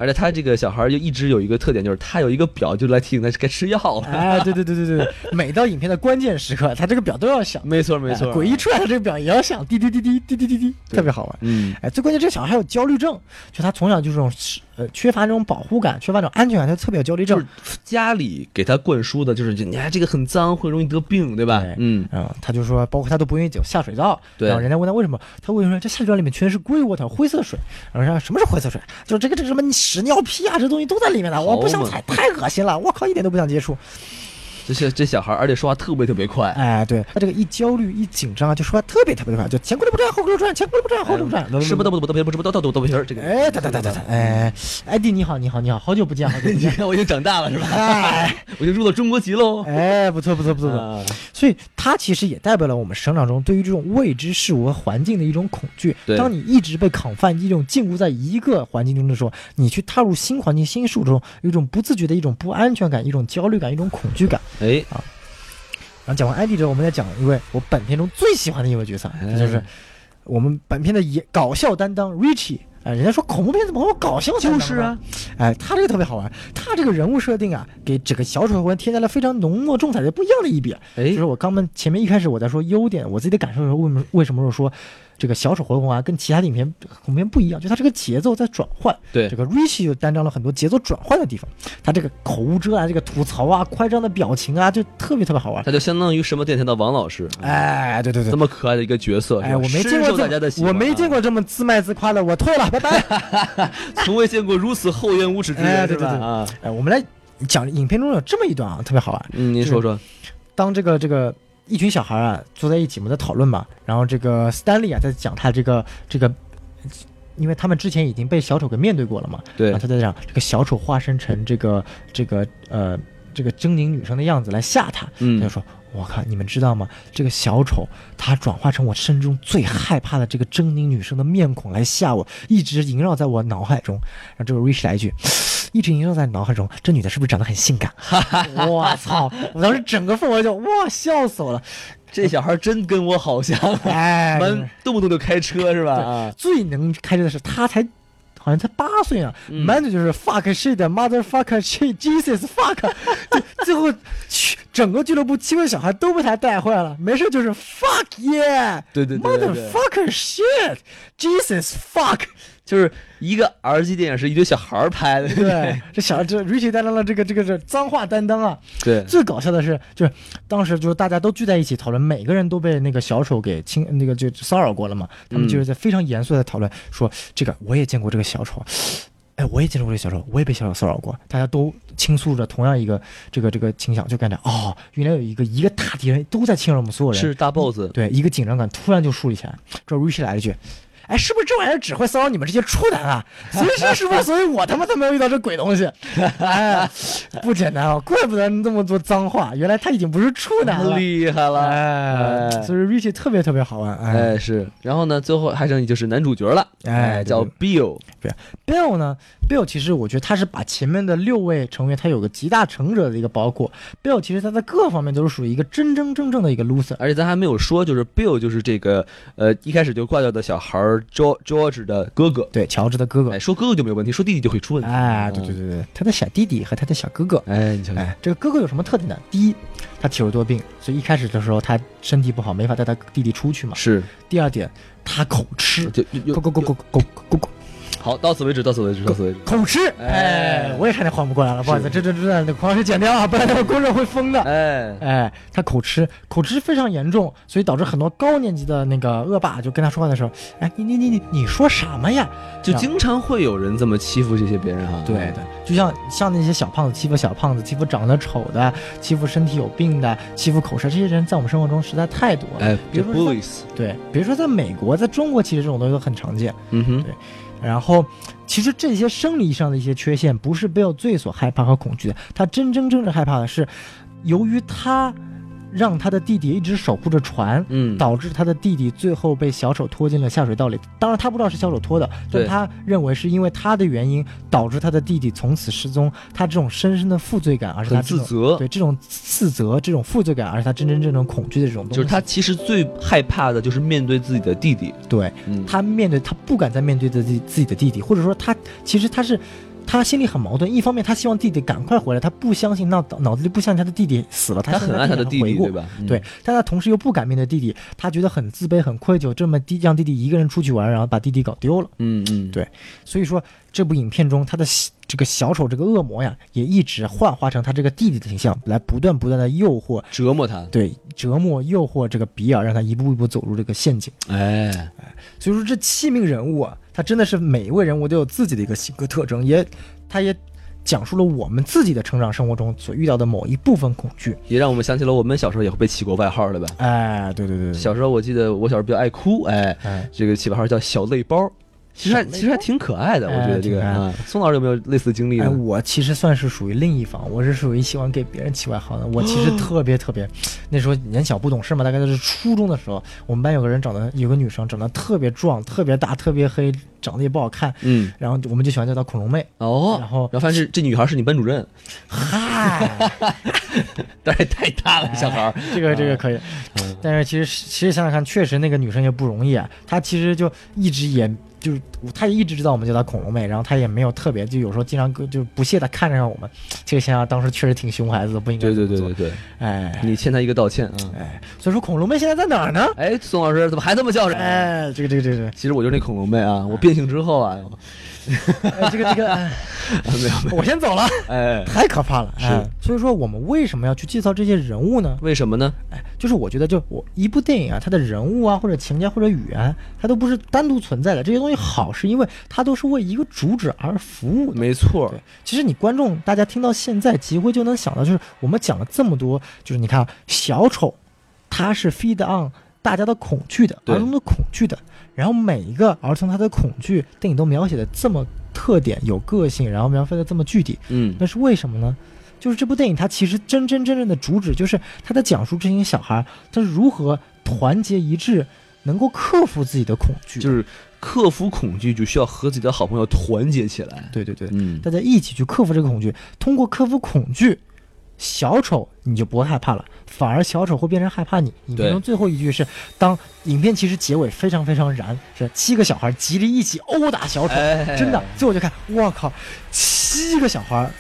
而且他这个小孩儿就一直有一个特点，就是他有一个表，就来提醒他该吃药了。哎，对对对对对，每到影片的关键时刻，他这个表都要响，没错没错，哎鬼一出来，他这个表也要响，滴滴滴滴滴滴滴滴，特别好玩。嗯，哎，最关键这个小孩还有焦虑症，就他从小就这种呃缺乏这种保护感，缺乏这种安全感，他特别有焦虑就症是。家里给他灌输的，就是你看这个很脏，会容易得病，对吧对？嗯，嗯，他就说，包括他都不愿意走下水道。对然后人家问他为什么，他为什么说这下水道里面全是 grey water 灰色水？然后人家说什么是灰色水？就是这个这个什么屎尿屁啊，这东西都在里面的，我不想嘛踩，太恶心了，我靠，一点都不想接触。这些这小孩儿，而且说话特别特别快，哎，对他这个一焦虑一紧张啊，就说话特别特别的快，就前轱辘不转后轱辘转，前轱辘不转后轱辘转，吃不到不豆皮儿，不吃不到豆豆皮儿，这个。哎，哒哒哒哒哒，哎，艾迪你好，你好，你好，好久不见，好久不 你见。看我已经长大了是吧？哎我就入到中国籍喽。哎，不错不错不错不错。啊所以它其实也代表了我们成长中对于这种未知事物和环境的一种恐惧。对当你一直被抗犯一种禁锢在一个环境中的时候，你去踏入新环境、新事物中，有一种不自觉的一种不安全感、一种焦虑感、一种恐惧感。哎，然后讲完艾迪之后，我们再讲一位我本片中最喜欢的一位角色，哎那就是我们本片的也搞笑担当 Richie。哎，人家说恐怖片怎么会有搞笑担当呢就是啊，哎，他这个特别好玩，他这个人物设定啊，给整个小丑魂添加了非常浓墨重彩的不一样的一笔。哎就是我刚们前面一开始我在说优点，我自己的感受的时候，为什么为什么说这个小丑回魂啊跟其他的影片恐怖片不一样？就它这个节奏在转换，对这个 Richie 就担当了很多节奏转换的地方，他这个口无遮拦、这个吐槽啊、夸张的表情啊，就特别特别好玩。他就相当于什么电台的王老师，哎，对对嗯对这，么可爱的一个角色，是哎，吧我没见过深受这大家的么喜欢我啊没见过这么自卖自夸的，我退了，拜拜。 从未见过如此厚颜无耻之人，哎是对对吧？对啊，哎，我们来讲影片中有这么一段啊，特别好玩。嗯，您说说，当这个这个一群小孩啊坐在一起，我们在讨论嘛，然后这个 Stanley 啊在讲他这个这个，因为他们之前已经被小丑给面对过了嘛，对然后他在讲这个小丑化身成这个这个呃这个狰狞女生的样子来吓他，嗯他就说。我靠！你们知道吗？这个小丑他转化成我身中最害怕的这个狰狞女生的面孔来吓我，一直萦绕在我脑海中。然后这个 Rich 来一句，一直萦绕在脑海中，这 女的是不是长得很性感？我操！我当时整个氛围就哇笑死我了。这小孩真跟我好像啊，哎，蛮动不动就开车是吧？对啊，最能开车的是他才。好像才八岁啊，嗯满嘴就是 fuck shit mother fuck shit Jesus fuck，最最后去整个俱乐部七个小孩都被他带坏了，没事就是 fuck yeah，对对对对 mother 对 fucker shit Jesus fuck，就是一个 R 级电影是一堆小孩儿拍的，对，这小这 Richie 担当了这个这个这脏话担当啊， 对最搞笑的是，就是当时就是大家都聚在一起讨论，每个人都被那个小丑给侵那个就骚扰过了嘛。他们就是在非常严肃的讨论，说这个我也见过这个小丑，哎，我也见过这个小丑，我也被小丑骚扰过。大家都倾诉着同样一个这个这个倾向，就感觉哦，原来有一个一个大敌人都在侵扰我们所有 人，是大 boss，对一个紧张感突然就树立起来。这 Richie 来了一句。哎，是不是这玩意儿只会骚扰你们这些处男啊？所以是是不是？所以我他妈才没有遇到这鬼东西。哎，不简单啊，怪不得那么多脏话，原来他已经不是处男了。厉害了，哎，哎所以 Richie 特别特别好玩。哎哎是，然后呢，最后还剩就是男主角了，哎哎，对叫 Bill， ，Bill 呢？Bill 其实我觉得他是把前面的六位成员，他有个集大成者的一个包括。Bill 其实他在各方面都是属于一个真真正正的一个 loser。而且咱还没有说，就是 Bill 就是这个呃一开始就挂掉的小孩儿 Jo- George 的哥哥，对，乔治的哥哥哎，。说哥哥就没有问题，说弟弟就会出问题，哎，对对对对，他的小弟弟和他的小哥哥。哎，你瞧瞧，哎，这个哥哥有什么特点呢？第一，他体弱多病，所以一开始的时候他身体不好，没法带他弟弟出去嘛。是，第二点，他口吃，就就口就口口口口口口好，到此为止，到此为止，到此为止，口吃。哎哎，我也差点缓不过来了，不好意思，这这这这，黄老师剪掉啊，不然那个观众会疯的。哎，哎，他口吃，口吃非常严重，所以导致很多高年级的那个恶霸就跟他说话的时候，哎，你你你你你说什么呀？就然后经常会有人这么欺负这些别人哈，哎对对，就像像那些小胖子欺负小胖子，欺负长得丑的，欺负身体有病的，欺负口吃，这些人在我们生活中实在太多了。哎，比这如说 boys，对，比如说在美国，在中国其实这种东西都很常见。嗯哼，然后，其实这些生理上的一些缺陷，不是 Bill 最所害怕和恐惧的，他真真正正害怕的是，由于他让他的弟弟一直守护着船。嗯，导致他的弟弟最后被小丑拖进了下水道里。当然，他不知道是小丑拖的，对但他认为是因为他的原因导致他的弟弟从此失踪。他这种深深的负罪感，而是他很这自种责，对这种自责、这种负罪感，而是他真真正正恐惧的这种东西。就是他其实最害怕的就是面对自己的弟弟，对嗯，他面对他不敢再面对自己自己的弟弟，或者说他其实他是他心里很矛盾，一方面他希望弟弟赶快回来，他不相信脑脑子里不相信他的弟弟死了，他希望很爱他的弟回弟，过对？吧？嗯对，，但他同时又不敢面对弟弟，他觉得很自卑、很愧疚，这么弟让弟弟一个人出去玩，然后把弟弟搞丢了。嗯嗯，对所以说，这部影片中他的小这个小丑这个恶魔呀，也一直幻化成他这个弟弟的形象，来不断不断的诱惑，折磨他，对折磨、诱惑这个比尔，让他一步一步走入这个陷阱。哎，所以说这七名人物啊，他真的是每一位人物都有自己的一个性格特征，也他也讲述了我们自己的成长生活中所遇到的某一部分恐惧。也让我们想起了我们小时候也会被起过外号，对吧？哎，对对对对，小时候我记得我小时候比较爱哭，哎，哎，这个起外号叫小泪包，其实还小泪包其实还挺可爱的，我哎觉得这挺个可爱啊，宋老师有没有类似的经历哎，呢？我其实算是属于另一方，我是属于喜欢给别人起外号的。我其实哦特别特别，那时候年小不懂事嘛，大概就是初中的时候，我们班有个人长得有个女生长得特别壮，特别大，特别黑，长得也不好看，嗯，然后我们就喜欢叫她恐龙妹。哦，然后然后发现是这女孩是你班主 任，嗨。 但是也太大哎了，小孩儿，这个这个可以嗯，但是其实其实想想看，确实那个女生也不容易啊。她其实就一直也就是，她也一直知道我们叫她恐龙妹，然后她也没有特别，就有时候经常跟就不屑的看着我们。这个想想当时确实挺熊孩子的，不应该对对这对对么做，对，哎你欠他一个道歉啊！哎，所以说恐龙妹现在在哪儿呢？哎，宋老师怎么还这么叫人？哎，这个这个这个其实我就是那恐龙妹啊，我变性之后啊，这 个哎这个这个，哎没有没有，我先走了，哎， 太可怕了。哎，所以说我们为什么要去介绍这些人物呢？为什么呢？哎，就是我觉得，就我一部电影啊，它的人物啊，或者情节或者语言，啊它都不是单独存在的。这些东西好，是因为它都是为一个主旨而服务的。没错对，其实你观众大家听到现在，几乎就能想到，就是我们讲了这么多，就是你看啊小丑，他是 feed on 大家的恐惧的，对儿童的恐惧的。然后每一个儿童他的恐惧，电影都描写的这么特点，有个性，然后描绘的这么具体，嗯，那是为什么呢？就是这部电影它其实真真正正的主旨就是它在讲述这些小孩儿他如何团结一致，能够克服自己的恐惧。就是克服恐惧，就需要和自己的好朋友团结起来。对对对，嗯，大家一起去克服这个恐惧，通过克服恐惧，小丑你就不会害怕了，反而小丑会变成害怕你。影片中最后一句是，当影片其实结尾非常非常燃，是七个小孩极力一起殴打小丑，哎真的。最后就看，我靠，七个小孩，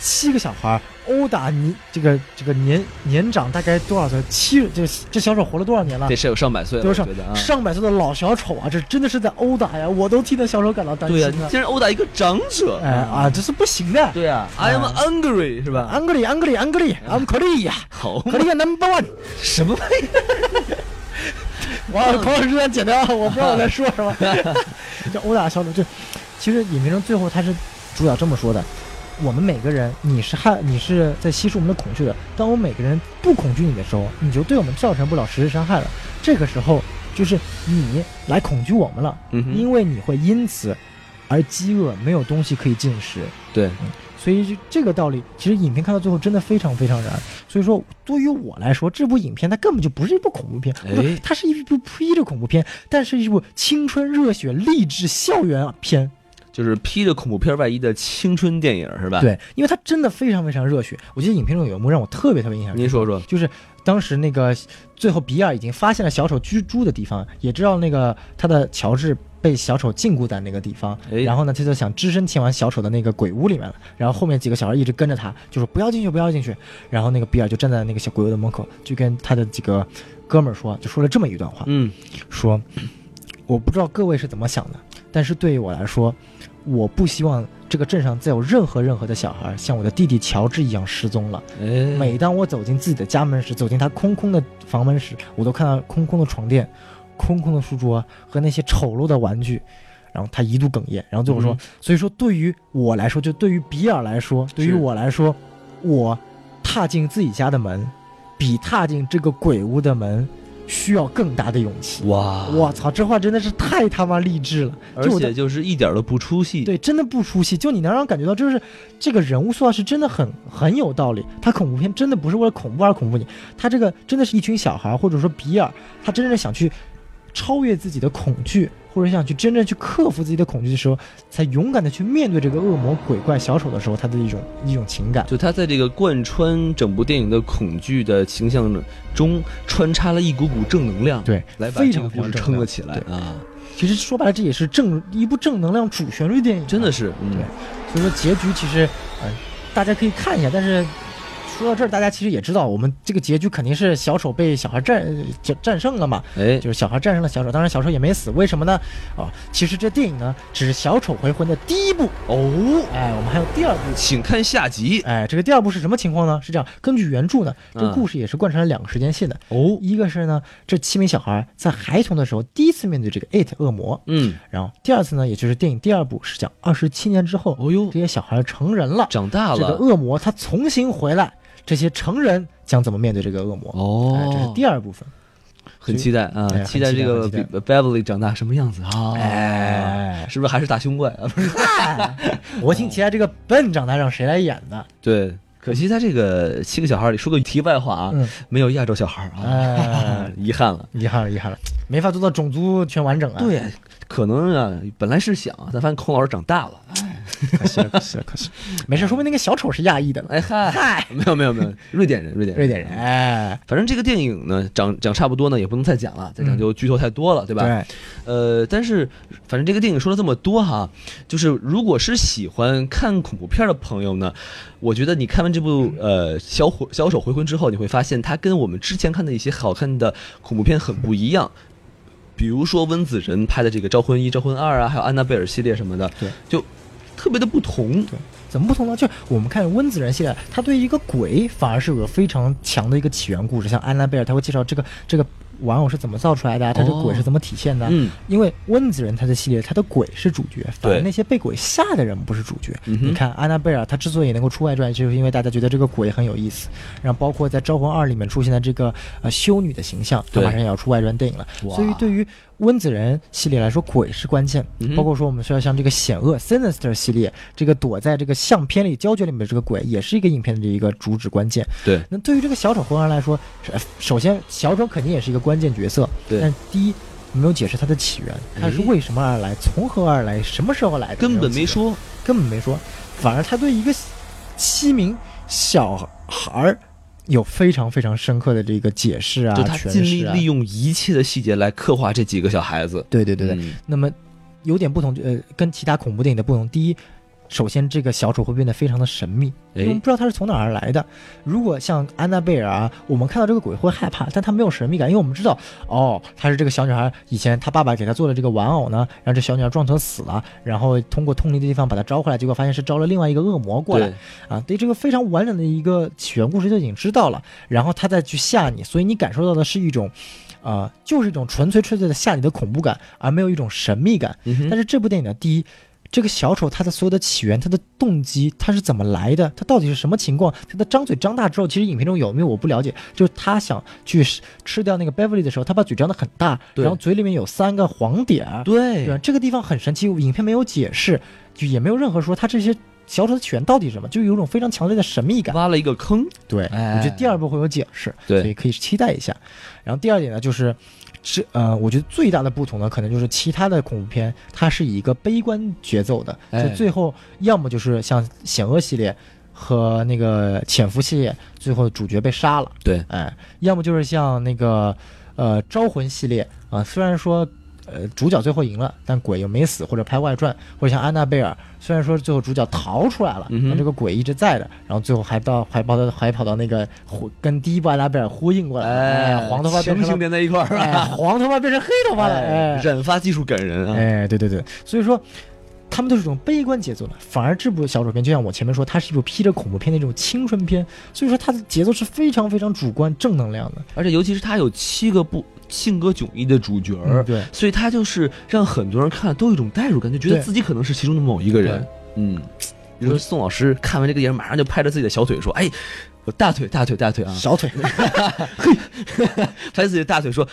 七个小孩殴打你这个这个年年长大概多少岁？七这这小丑活了多少年了这？是有上百岁了，多我少觉得啊。上百岁的老小丑啊，这真的是在殴打呀！我都替那小丑感到担对呀、心你啊！竟然殴打一个长者，哎啊，这是不行的。对呀、i am angry 是吧？安格里，安格里，安格里，安格里呀，好 嘛格里呀，Number One。什么玩意儿？ 哇，朋友之间剪掉，我不知道我在说 什么。这殴打小丑，这其实影片中最后他是主角这么说的：我们每个人，你是害，你是在吸收我们的恐惧的。当我们每个人不恐惧你的时候，你就对我们造成不了实质伤害了。这个时候，就是你来恐惧我们了，嗯哼因为你会因此而饥饿，没有东西可以进食。对，所以就这个道理，其实影片看到最后真的非常非常燃。所以说，对于我来说，这部影片它根本就不是一部恐怖片，哎不它是一部披着恐怖片，但是一部青春热血励志校园片。就是披着恐怖片外衣的青春电影是吧？，对，因为它真的非常非常热血。我记得影片中有一幕让我特别特别印象深您刻，说说，就是当时那个最后比尔已经发现了小丑居住的地方，也知道那个他的乔治。被小丑禁锢在那个地方，哎然后呢，他就想只身前往小丑的那个鬼屋里面了。然后后面几个小孩一直跟着他，就说不要进去，不要进去。然后那个比尔就站在那个小鬼屋的门口，就跟他的几个哥们儿说，就说了这么一段话，嗯，说我不知道各位是怎么想的，但是对于我来说，我不希望这个镇上再有任何任何的小孩像我的弟弟乔治一样失踪了。哎，每当我走进自己的家门时，走进他空空的房门时，我都看到空空的床垫、空空的书桌和那些丑陋的玩具。然后他一度哽咽，然后最后说：“嗯所以说，对于我来说，就对于比尔来说，对于我来说，我踏进自己家的门，比踏进这个鬼屋的门需要更大的勇气。”哇我操，这话真的是太他妈励志了！而就我且在就是一点都不出戏，对，真的不出戏，就你能让人感觉到，就是这个人物塑造是真的很很有道理。他恐怖片真的不是为了恐怖而恐怖你，他这个真的是一群小孩儿，或者说比尔，他真正想去超越自己的恐惧，或者想去真正去克服自己的恐惧的时候，才勇敢的去面对这个恶魔、鬼怪、小丑的时候，他的一种一种情感。就他在这个贯穿整部电影的恐惧的形象中，穿插了一股股正能量，对来把非这个常非故常事正撑了能起来量啊，其实说白了，这也是正一部正能量主旋律电影啊，真的是，嗯对，所以说结局其实，呃，大家可以看一下，但是。说到这儿，大家其实也知道，我们这个结局肯定是小丑被小孩战战战胜了嘛，哎，就是小孩战胜了小丑。当然，小丑也没死，为什么呢？啊、其实这电影呢，只是小丑回魂的第一部哦，哎，我们还有第二部。请看下集哎，这个第二部是什么情况呢？是这样，根据原著呢，这个嗯故事也是贯穿了两个时间线的。哦，一个是呢，这七名小孩在孩童的时候第一次面对这个 it 恶魔，嗯，然后第二次呢，也就是电影第二部是讲二十七年之后，哦呦这些小孩成人了，长大这个了，恶魔他重新回来，这些成人将怎么面对这个恶魔？哎这是哦，第二部分。很期待啊哎，很期待这个期待很期 Beverly 长大什么样子啊？哎是不是还是大胸怪 啊？不是，我挺期待这个笨长大让谁来演哦的？对，可惜在这个七个小孩里，说个题外话啊嗯，没有亚洲小孩啊哎， 遗憾了。遗憾了，遗憾了，没法做到种族全完整啊！，对，可能啊，本来是想，但发现孔老师长大了。可惜了，可惜了，可惜了。没事，说明那个小丑是亚裔的呢。哎嗨，嗨，没有没有没有，瑞典人，瑞典人，瑞典人，。哎，反正这个电影呢，讲讲差不多呢，也不能再讲了，再讲嗯就剧透太多了，对吧？对，呃，但是反正这个电影说了这么多哈，就是如果是喜欢看恐怖片的朋友呢，我觉得你看完这部呃《小火小丑回魂》之后，你会发现它跟我们之前看的一些好看的恐怖片很不一样。比如说温子仁拍的这个《招魂一》《招魂二》啊，还有《安娜贝尔》系列什么的，对，就特别的不同。怎么不同呢？就是我们看温子仁系列，他对一个鬼反而是有个非常强的一个起源故事，像安娜贝尔，他会介绍这个这个玩偶是怎么造出来的啊，他这哦鬼是怎么体现的啊。嗯因为温子仁他的系列，他的鬼是主角，反而对那些被鬼吓的人不是主角。嗯哼你看安娜贝尔，他之所以能够出外传，就是因为大家觉得这个鬼很有意思。然后包括在《招魂二》里面出现的这个呃修女的形象，他对马上也要出外传电影了。哇所以对于温子仁系列来说，鬼是关键。嗯哼包括说我们说像这个险恶 Sinister 系列，这个躲在这个相片里胶卷里面的这个鬼，也是一个影片的一个主旨关键。对，那对于这个小丑回魂来说，呃首先小丑肯定也是一个关键角色，对但第一没有解释它的起源，它是为什么而来，从何而来，什么时候来的，根本有没解释，说。根本没说，反而他对一个七名小孩儿有非常非常深刻的这个解释啊，就他诠尽力释啊利用一切的细节来刻画这几个小孩子。对对对对，嗯那么有点不同，呃，跟其他恐怖电影的不同。第一，首先这个小丑会变得非常的神秘，因为我们哎不知道他是从哪儿来的。如果像安娜贝尔啊，我们看到这个鬼会害怕，但他没有神秘感，因为我们知道，哦，她是这个小女孩以前她爸爸给她做的这个玩偶呢，让这小女孩撞成死了，然后通过通灵的地方把她招回来，结果发现是招了另外一个恶魔过来对。啊，对这个非常完整的一个起源故事就已经知道了，然后他再去吓你，所以你感受到的是一种，呃，就是一种纯粹纯粹的吓你的恐怖感，而没有一种神秘感。嗯哼但是这部电影呢，第一，这个小丑他的所有的起源，他的动机，他是怎么来的，他到底是什么情况？他的张嘴张大之后，其实影片中有没有我不了解，就是他想去吃吃掉那个 Beverly 的时候，他把嘴张得很大，对然后嘴里面有三个黄点儿，对对，这个地方很神奇，影片没有解释，就也没有任何说他这些小丑的起源到底是什么，就有一种非常强烈的神秘感。挖了一个坑，对，哎我觉得第二部会有解释，对所以可以期待一下。然后第二点呢，就是这呃，我觉得最大的不同呢，可能就是其他的恐怖片它是以一个悲观节奏的，哎就最后要么就是像《险恶》系列和那个《潜伏》系列，最后主角被杀了。对，哎，要么就是像那个呃招魂系列啊、虽然说呃主角最后赢了，但鬼又没死，或者拍外传，或者像安娜贝尔，虽然说最后主角逃出来了，嗯哼但这个鬼一直在的，然后最后还到还跑到还跑到那个呼跟第一部安娜贝尔呼应过来，哎，黄头发变强成行了连在一块儿哎了，黄头发变成黑头发了，哎，染发技术感人啊，哎，对对对，所以说他们都是一种悲观节奏的，反而这部小丑片就像我前面说，它是一部披着恐怖片的一种青春片，所以说它的节奏是非常非常主观正能量的。而且尤其是他有七个不性格迥异的主角儿，嗯对所以他就是让很多人看都有一种代入感，就觉得对自己可能是其中的某一个人对。嗯，你说宋老师看完这个电影，马上就拍着自己的小腿说：“哎，我大腿，大腿，大腿啊！”小腿，拍自己的大腿说：“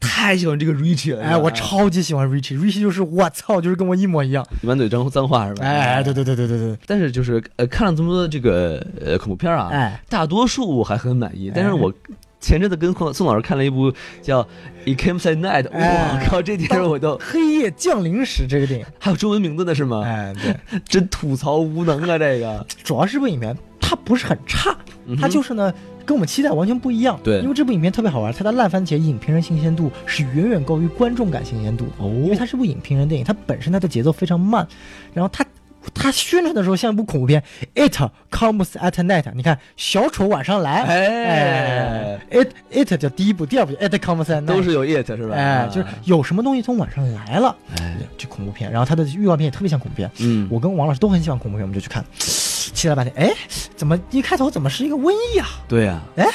太喜欢这个 Richie 了。”哎，我，超级喜欢 Richie，Richie 就是我操，就是跟我一模一样。满嘴脏脏话是吧？哎，对对对对对对，但是就是呃，看了这么多的这个呃恐怖片儿啊，哎大多数我还很满意。但是我前阵子跟宋宋老师看了一部叫《It Came at Night》，哎我靠，这电影我都黑夜降临时这个电影，还有中文名字呢是吗？哎，对，真吐槽无能啊，这个。主要是这部影片它不是很差，它就是呢。跟我们期待完全不一样，嗯对因为这部影片特别好玩，它的烂番茄影评人新鲜度是远远高于观众感新鲜度的。哦，因为它是部影评人电影，它本身它的节奏非常慢，然后它它宣传的时候像一部恐怖片，It comes at night，你看小丑晚上来，哎哎，It It 叫第一部，第二部叫 It comes at night，都是有 it 是吧？哎，就是有什么东西从晚上来了，哎，就恐怖片，然后它的预告片也特别像恐怖片，嗯我跟王老师都很喜欢恐怖片，我们就去看，期待半天，哎，怎么一开头怎么是一个瘟疫啊？对呀、哎，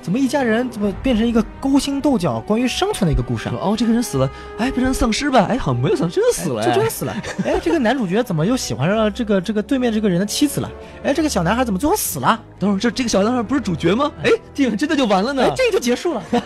怎么一家人怎么变成一个勾心斗角关于生存的一个故事啊说？哦，这个人死了，哎，变成丧尸吧，哎，好像没有丧尸，真的死了、哎，就真死了。哎，这个男主角怎么又喜欢上了这个这个对面这个人的妻子了？哎，这个小男孩怎么最后死了？等会儿这这个小男孩不是主角吗？哎，电影真的就完了呢。哎，这就结束了。啊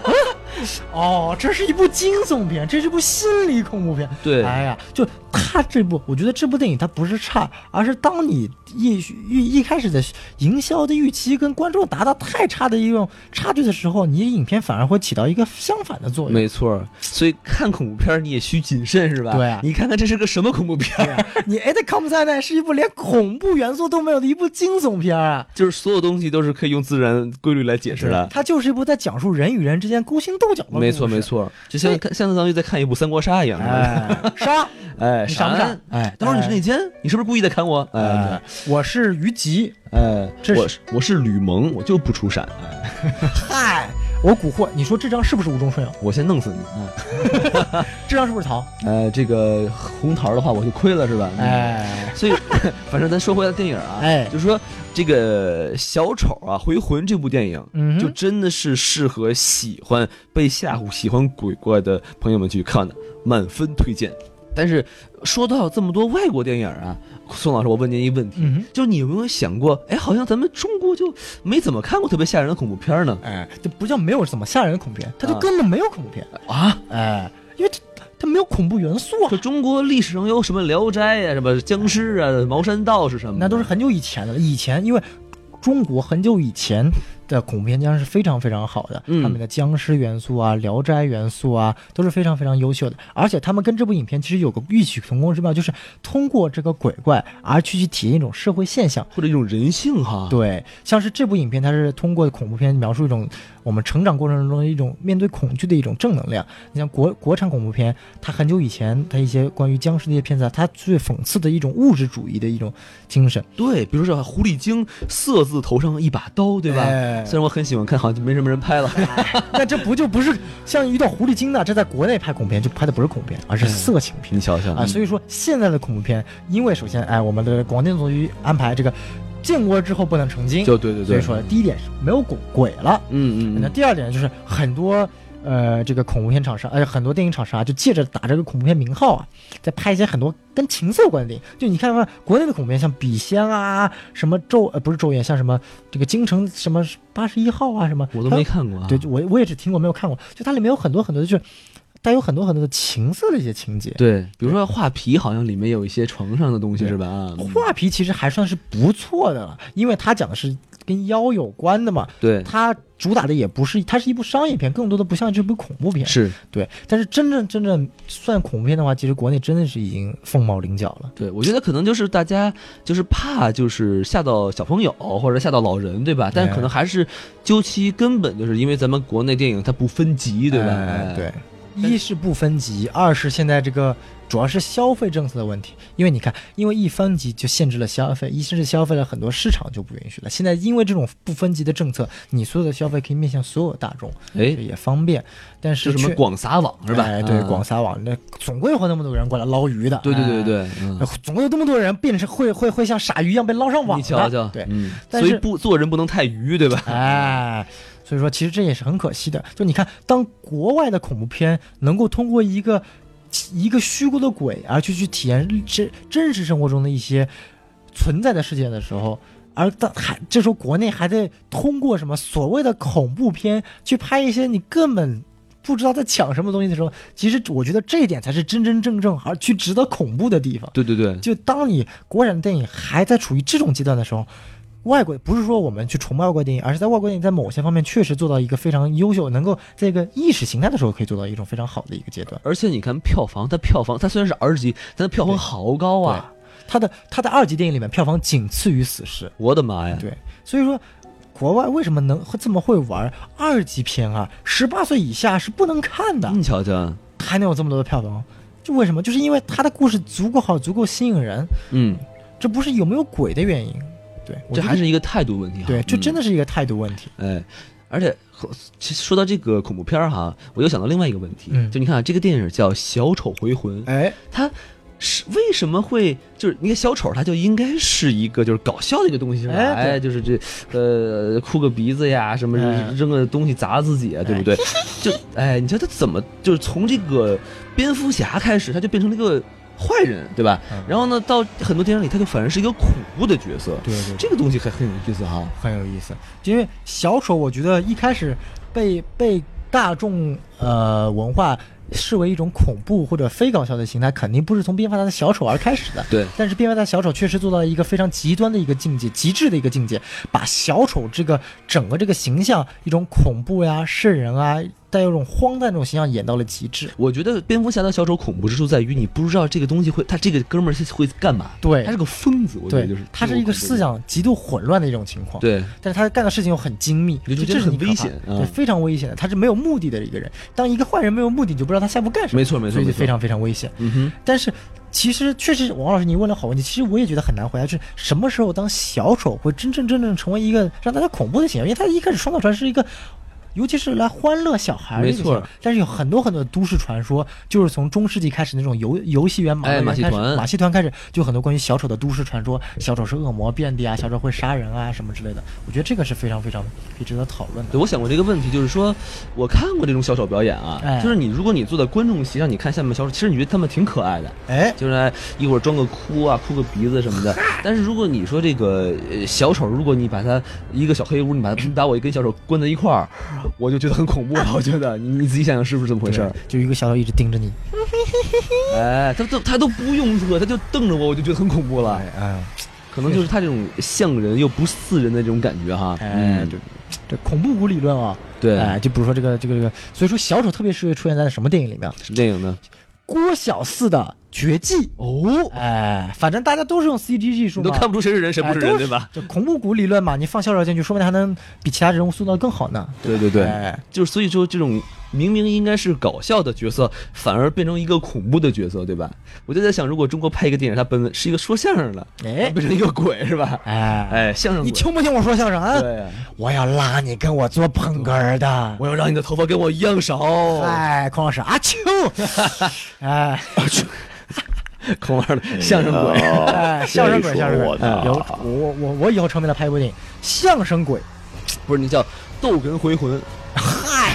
哦，这是一部惊悚片，这是一部心理恐怖片。对哎呀，就他这部，我觉得这部电影它不是差，而是当你一预一开始的营销的预期跟观众达到太差的一种差距的时候，你影片反而会起到一个相反的作用。 没错儿，所以看恐怖片儿你也需谨慎是吧？对啊你看看这是个什么恐怖片儿，你《It 哎 Comes at Night》是一部连恐怖元素都没有的一部惊悚片啊！就是所有东西都是可以用自然规律来解释的。它就是一部在讲述人与人之间勾心斗角的故事。没错没。错，就像看相当于在看一部三国杀一样。是吧哎，杀！哎，你闪不闪哎哎，等会儿你是内奸，你是不是故意在砍我？哎哎，我是于吉。哎，这我是我是吕蒙，我就不出闪。哎，嗨，我蛊惑你说这张是不是无中生有？我先弄死你。嗯这张是不是桃？呃，这个红桃的话，我就亏了是吧？，哎，所以 反正咱说回到电影啊，哎就是说这个小丑啊，《回魂》这部电影，嗯哼就真的是适合喜欢被吓唬、喜欢鬼怪的朋友们去看的，满分推荐。但是说到这么多外国电影啊，宋老师，我问您一问题，嗯哼就是你有没有想过，哎，好像咱们中国就没怎么看过特别吓人的恐怖片呢？哎，这不叫没有怎么吓人的恐怖片，它就啊根本没有恐怖片。啊，哎，因为它它没有恐怖元素啊就，中国历史上有什么《聊斋》啊，什么僵尸啊、茅山道士什么的，那都是很久以前的了。以前因为中国很久以前的恐怖片将是非常非常好的，嗯他们的僵尸元素啊、聊斋元素啊都是非常非常优秀的，而且他们跟这部影片其实有个异曲同工之妙，就是通过这个鬼怪而去去体验一种社会现象。或者一种人性哈。，对，像是这部影片，它是通过恐怖片描述一种我们成长过程中的一种面对恐惧的一种正能量。你像国国产恐怖片，它很久以前它一些关于僵尸的一些片子啊，它最讽刺的一种物质主义的一种精神，对，比如说狐狸精色字头上一把刀，对吧？哎虽然我很喜欢看，好像就没什么人拍了。 那这不就不是像遇到狐狸精呢？这在国内拍恐怖片就拍的不是恐怖片，而是色情 片你瞧瞧啊。所以说现在的恐怖片，因为首先哎，我们的广电总局安排这个建国之后不能成精，就对对对，所以说第一点是没有鬼鬼了。嗯嗯那嗯，第二点就是很多呃这个恐怖片厂商，而、且很多电影厂商啊，就借着打这个恐怖片名号啊，在拍一些很多跟情色有关的电影。就你看到国内的恐怖片，像《笔仙》啊，什么咒呃不是咒怨，像什么这个京城什么八十一号啊什么，我都它没看过啊。对，就我我也只听过没有看过，就它里面有很多很多就是带有很多很多的情色的一些情节。对，比如说画皮，好像里面有一些床上的东西是吧？啊，哎画皮其实还算是不错的了，因为它讲的是跟妖有关的嘛。对，它主打的也不是，它是一部商业片，更多的不像这部恐怖片。是对，但是真正真正算恐怖片的话，其实国内真的是已经凤毛麟角了。对，我觉得可能就是大家就是怕就是吓到小朋友或者吓到老人，对哎吧？但可能还是究其根本，就是因为咱们国内电影它不分级，对吧？哎对，一是不分级，二是现在这个主要是消费政策的问题，因为你看，因为一分级就限制了消费，一甚至消费了很多市场就不允许了。现在因为这种不分级的政策，你所有的消费可以面向所有大众，哎，也方便，但就是什么却广撒网是吧？哎，对，啊广撒网，那总归会那么多人过来捞鱼的，对对对哎。对，嗯哎总有那么多人变成会会会像傻鱼一样被捞上网的，你瞧瞧，对，嗯，但所以是不做人不能太愚，对吧？ 哎，所以说其实这也是很可惜的。就你看，当国外的恐怖片能够通过一个一个虚构的鬼，而去去体验真真实生活中的一些存在的事件的时候。而当还这时候国内还在通过什么所谓的恐怖片去拍一些你根本不知道在讲什么东西的时候，其实我觉得这一点才是真真正正而去值得恐怖的地方。对对对，就当你国产电影还在处于这种阶段的时候，外国不是说我们去崇拜外国电影，而是在外国电影在某些方面确实做到一个非常优秀，能够在一个意识形态的时候可以做到一种非常好的一个阶段。而且你看票房，它票房它虽然是 R 级，但它票房对好高啊！他的他的二级电影里面票房仅次于《死侍我的妈呀》，！对，所以说。国外为什么能会这么会玩二级片啊？十八岁以下是不能看的，你瞧啊瞧，还能有这么多的票房，就为什么？就是因为他的故事足够好，足够吸引人，嗯，这不是有没有鬼的原因。对，我这觉得还是一个态度问题哈。对，这嗯真的是一个态度问题。哎，而且其实说到这个恐怖片儿哈，我又想到另外一个问题，嗯就你看啊，这个电影叫《小丑回魂》，哎，它是为什么会就是你看小丑，他就应该是一个就是搞笑的一个东西，是吧？哎对哎，就是这呃哭个鼻子呀，什么哎扔个东西砸自己啊，对不对？ 就哎，你说他怎么就是从这个蝙蝠侠开始，他就变成了一个坏人，对吧？嗯然后呢，到很多电影里，他就反而是一个恐怖的角色。对对对这个东西还很有意思啊哈。很有意思，因为小丑，我觉得一开始被被大众呃文化视为一种恐怖或者非搞笑的形态，肯定不是从蝙蝠侠的小丑而开始的。对但是蝙蝠侠小丑确实做到了一个非常极端的一个境界，极致的一个境界，把小丑这个整个这个形象，一种恐怖呀、瘆人啊，带有一种荒诞这种形象演到了极致。我觉得蝙蝠侠的小丑恐怖之处在于，你不知道这个东西会，他这个哥们儿是会干嘛？对他是个疯子，我觉得对，就是他是一个思，想极度混乱的一种情况。对但是他干的事情又很精密，你就就觉这得是很你可危怕险对，嗯非常危险的。他是没有目的的一个人。当一个坏人没有目的，你就不知道他下一步干什么，没错没错所以就没错非常非常危险。嗯哼，但是其实确实，王老师你问了好问题，其实我也觉得很难回答，就是什么时候当小丑会真正真正成为一个让大家恐怖的形象？因为他一开始创造出来是一个。尤其是来欢乐小孩儿的没一个错形象，但是有很多很多的都市传说，就是从中世纪开始那种游游戏园马哎戏马戏团开团始马戏团开始，就很多关于小丑的都市传说，小丑是恶魔遍地啊，小丑会杀人啊什么之类的。我觉得这个是非常非常可以值得讨论的。对，我想过这个问题，就是说，我看过这种小丑表演啊，哎就是你如果你坐在观众席上，你看下面小丑，其实你觉得他们挺可爱的，哎，就是哎一会儿装个哭啊，哭个鼻子什么 的。但是如果你说这个呃小丑，如果你把他一个小黑屋，你把他把我跟小丑关在一块儿，我就觉得很恐怖了。我觉 得你你自己想想是不是这么回事儿？对就一个小丑一直盯着你，哎，他都他都不用说，他就瞪着我，我就觉得很恐怖了。哎，可能就是他这种像人又不似人的这种感觉哈。哎，嗯对，这恐怖谷理论啊，对，哎，就比如说这个这个这个，所以说小丑特别适合出现在什么电影里面？什么电影呢？郭小四的绝技，哦，哎，反正大家都是用 CG 技术你嘛，都看不出谁是人，谁不哎是都人，对吧？就恐怖谷理论嘛，你放小丑进去，说不定还能比其他人物塑造更好呢。对对对，哎就是所以说这种明明应该是搞笑的角色，反而变成一个恐怖的角色，对吧？我就在想，如果中国拍一个电影，它本是一个说相声的，它哎变成一个鬼是吧？哎，哎，相声鬼你听不听我说相声啊？对啊，我要拉你跟我做捧哏的。我要让你的头发跟我一样少。哎，孔老师，阿秋，哎孔二的相声鬼， 哎，相声鬼，相声鬼，有我我我以后成为了拍一部电影，相声鬼，不是你叫逗哏回魂，嗨，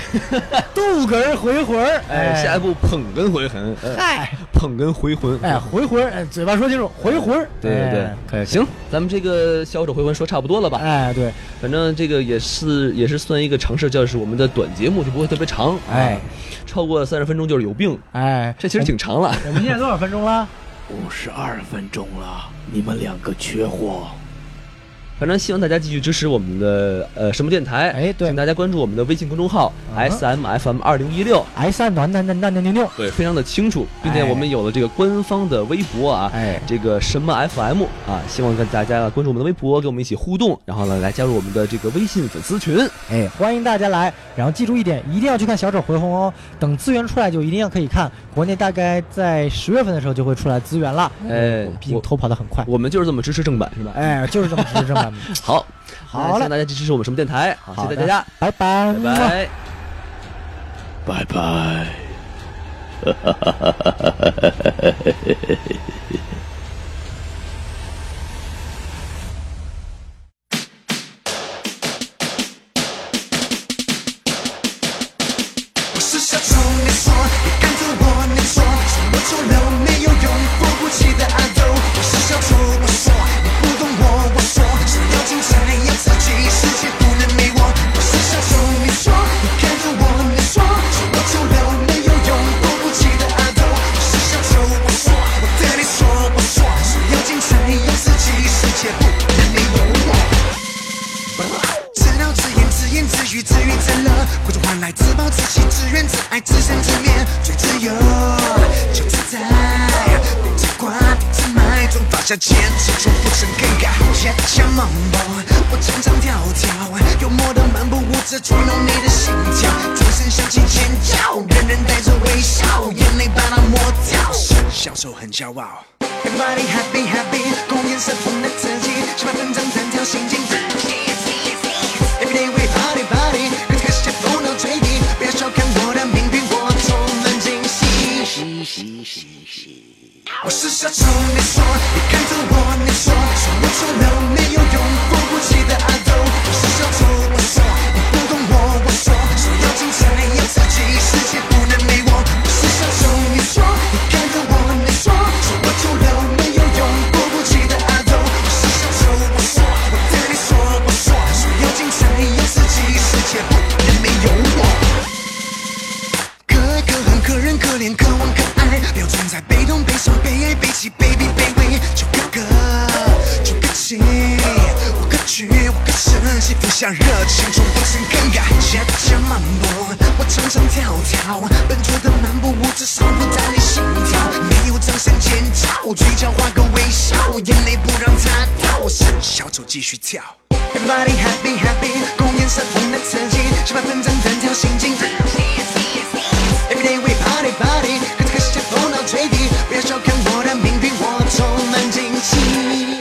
杜哏回魂儿， 哎，下一步捧哏回魂，哎嗨，捧哏回魂，哎，回魂儿，哎嘴巴说清楚，回魂儿，对对对哎，可以，行，咱们这个小丑回魂说差不多了吧？哎，对，反正这个也是也是算一个尝试，就是我们的短节目就不会特别长，啊哎，超过三十分钟就是有病，哎，这其实挺长 了。我们现在多少分 钟了？五十二分钟了，你们两个缺货。反正希望大家继续支持我们的呃什么电台，哎对请大家关注我们的微信公众号嗯 S M F M 二零一六。 S 三暖暖暖暖六六六，对，非常的清楚，并且我们有了这个官方的微博啊，哎这个什么 FM 啊，希望跟大家关注我们的微博，跟我们一起互动，然后呢来加入我们的这个微信粉丝群。哎，欢迎大家来。然后记住一点，一定要去看《小丑回魂》哦。等资源出来就一定要可以看，国内大概在十月份的时候就会出来资源了。哎毕竟我头跑得很快。我们就是这么支持正版，是吧？哎，就是这么直这么好，好那希嘞望大家支持我们什么电台， 好，谢谢大家，，拜拜，拜。拜拜。拜。我是小丑，你说你看着我，你说我丑陋没有用，扶不起的阿斗。我是小丑，我说你不懂我，我说想要精彩要刺激，世界不能没我。我是小丑，你说你看着我，你说我丑陋没有用，扶不起的阿斗。我是小丑，我说我对你说，我说想要精彩要刺激，世界不能没有我。自导自演自言自语自娱自乐，苦中换来自暴自弃自怨自艾自生自灭，最自由，求自在，别自挂别自卖，赚发下钱，始终不曾更改。夜下忙忙，我常常跳跳，幽默的漫步舞姿触动你的心跳，转身向前尖叫，人人带着微笑，眼泪把它抹掉，小丑很骄傲。Everybody happy happy，公演色风的刺激，十八分钟单挑心境。Every day we party party，跟这个世界疯到最低，不要小看我的命运，我充满惊喜。我是小丑，你说你看着我，你说说我丑陋没有用，扶不起的阿斗。我是小丑，我说你不懂我，我说想要精彩要刺激，世界不能没我。我是小丑，你说你看着我，你说说我丑陋没有用，扶不起的阿斗。我是小丑，我说我对你说，我说想要精彩要刺激，世界不能没有我。可爱、可恨、可人、可怜、可望、可爱，标准在被动、悲伤、悲哀、悲戚、卑鄙、卑微，就个个，就个性，我个局，我个神，气浮下热情，从不曾更改。节节漫步，我常常跳跳，笨拙的漫步舞姿伤不到你心跳，没有掌声尖叫，嘴角画个微笑，眼泪不让它掉，小丑继续跳。Everybody happy happy，公演色风的刺激，十八分钟单挑心境。Every day we party party，跟这个世界疯到最低，不要小看我的命运，我充满惊喜。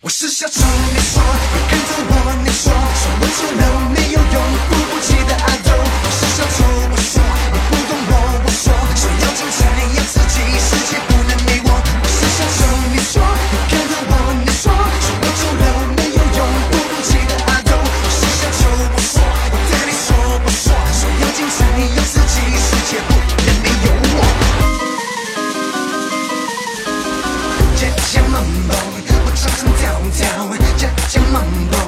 我是小丑，你说你看着我，你说说我丑陋没有用，扶不起的阿斗。我是小丑，我说你不懂我，我说想要精彩要刺激，世界不能没我。我是小丑，你说你看着我，你说说我丑陋没有用，扶不起的阿斗。我是小丑，我说我对你说，我说想要精彩要刺激，世界不能没有我。家家忙忙，我常常跳跳，家家忙忙，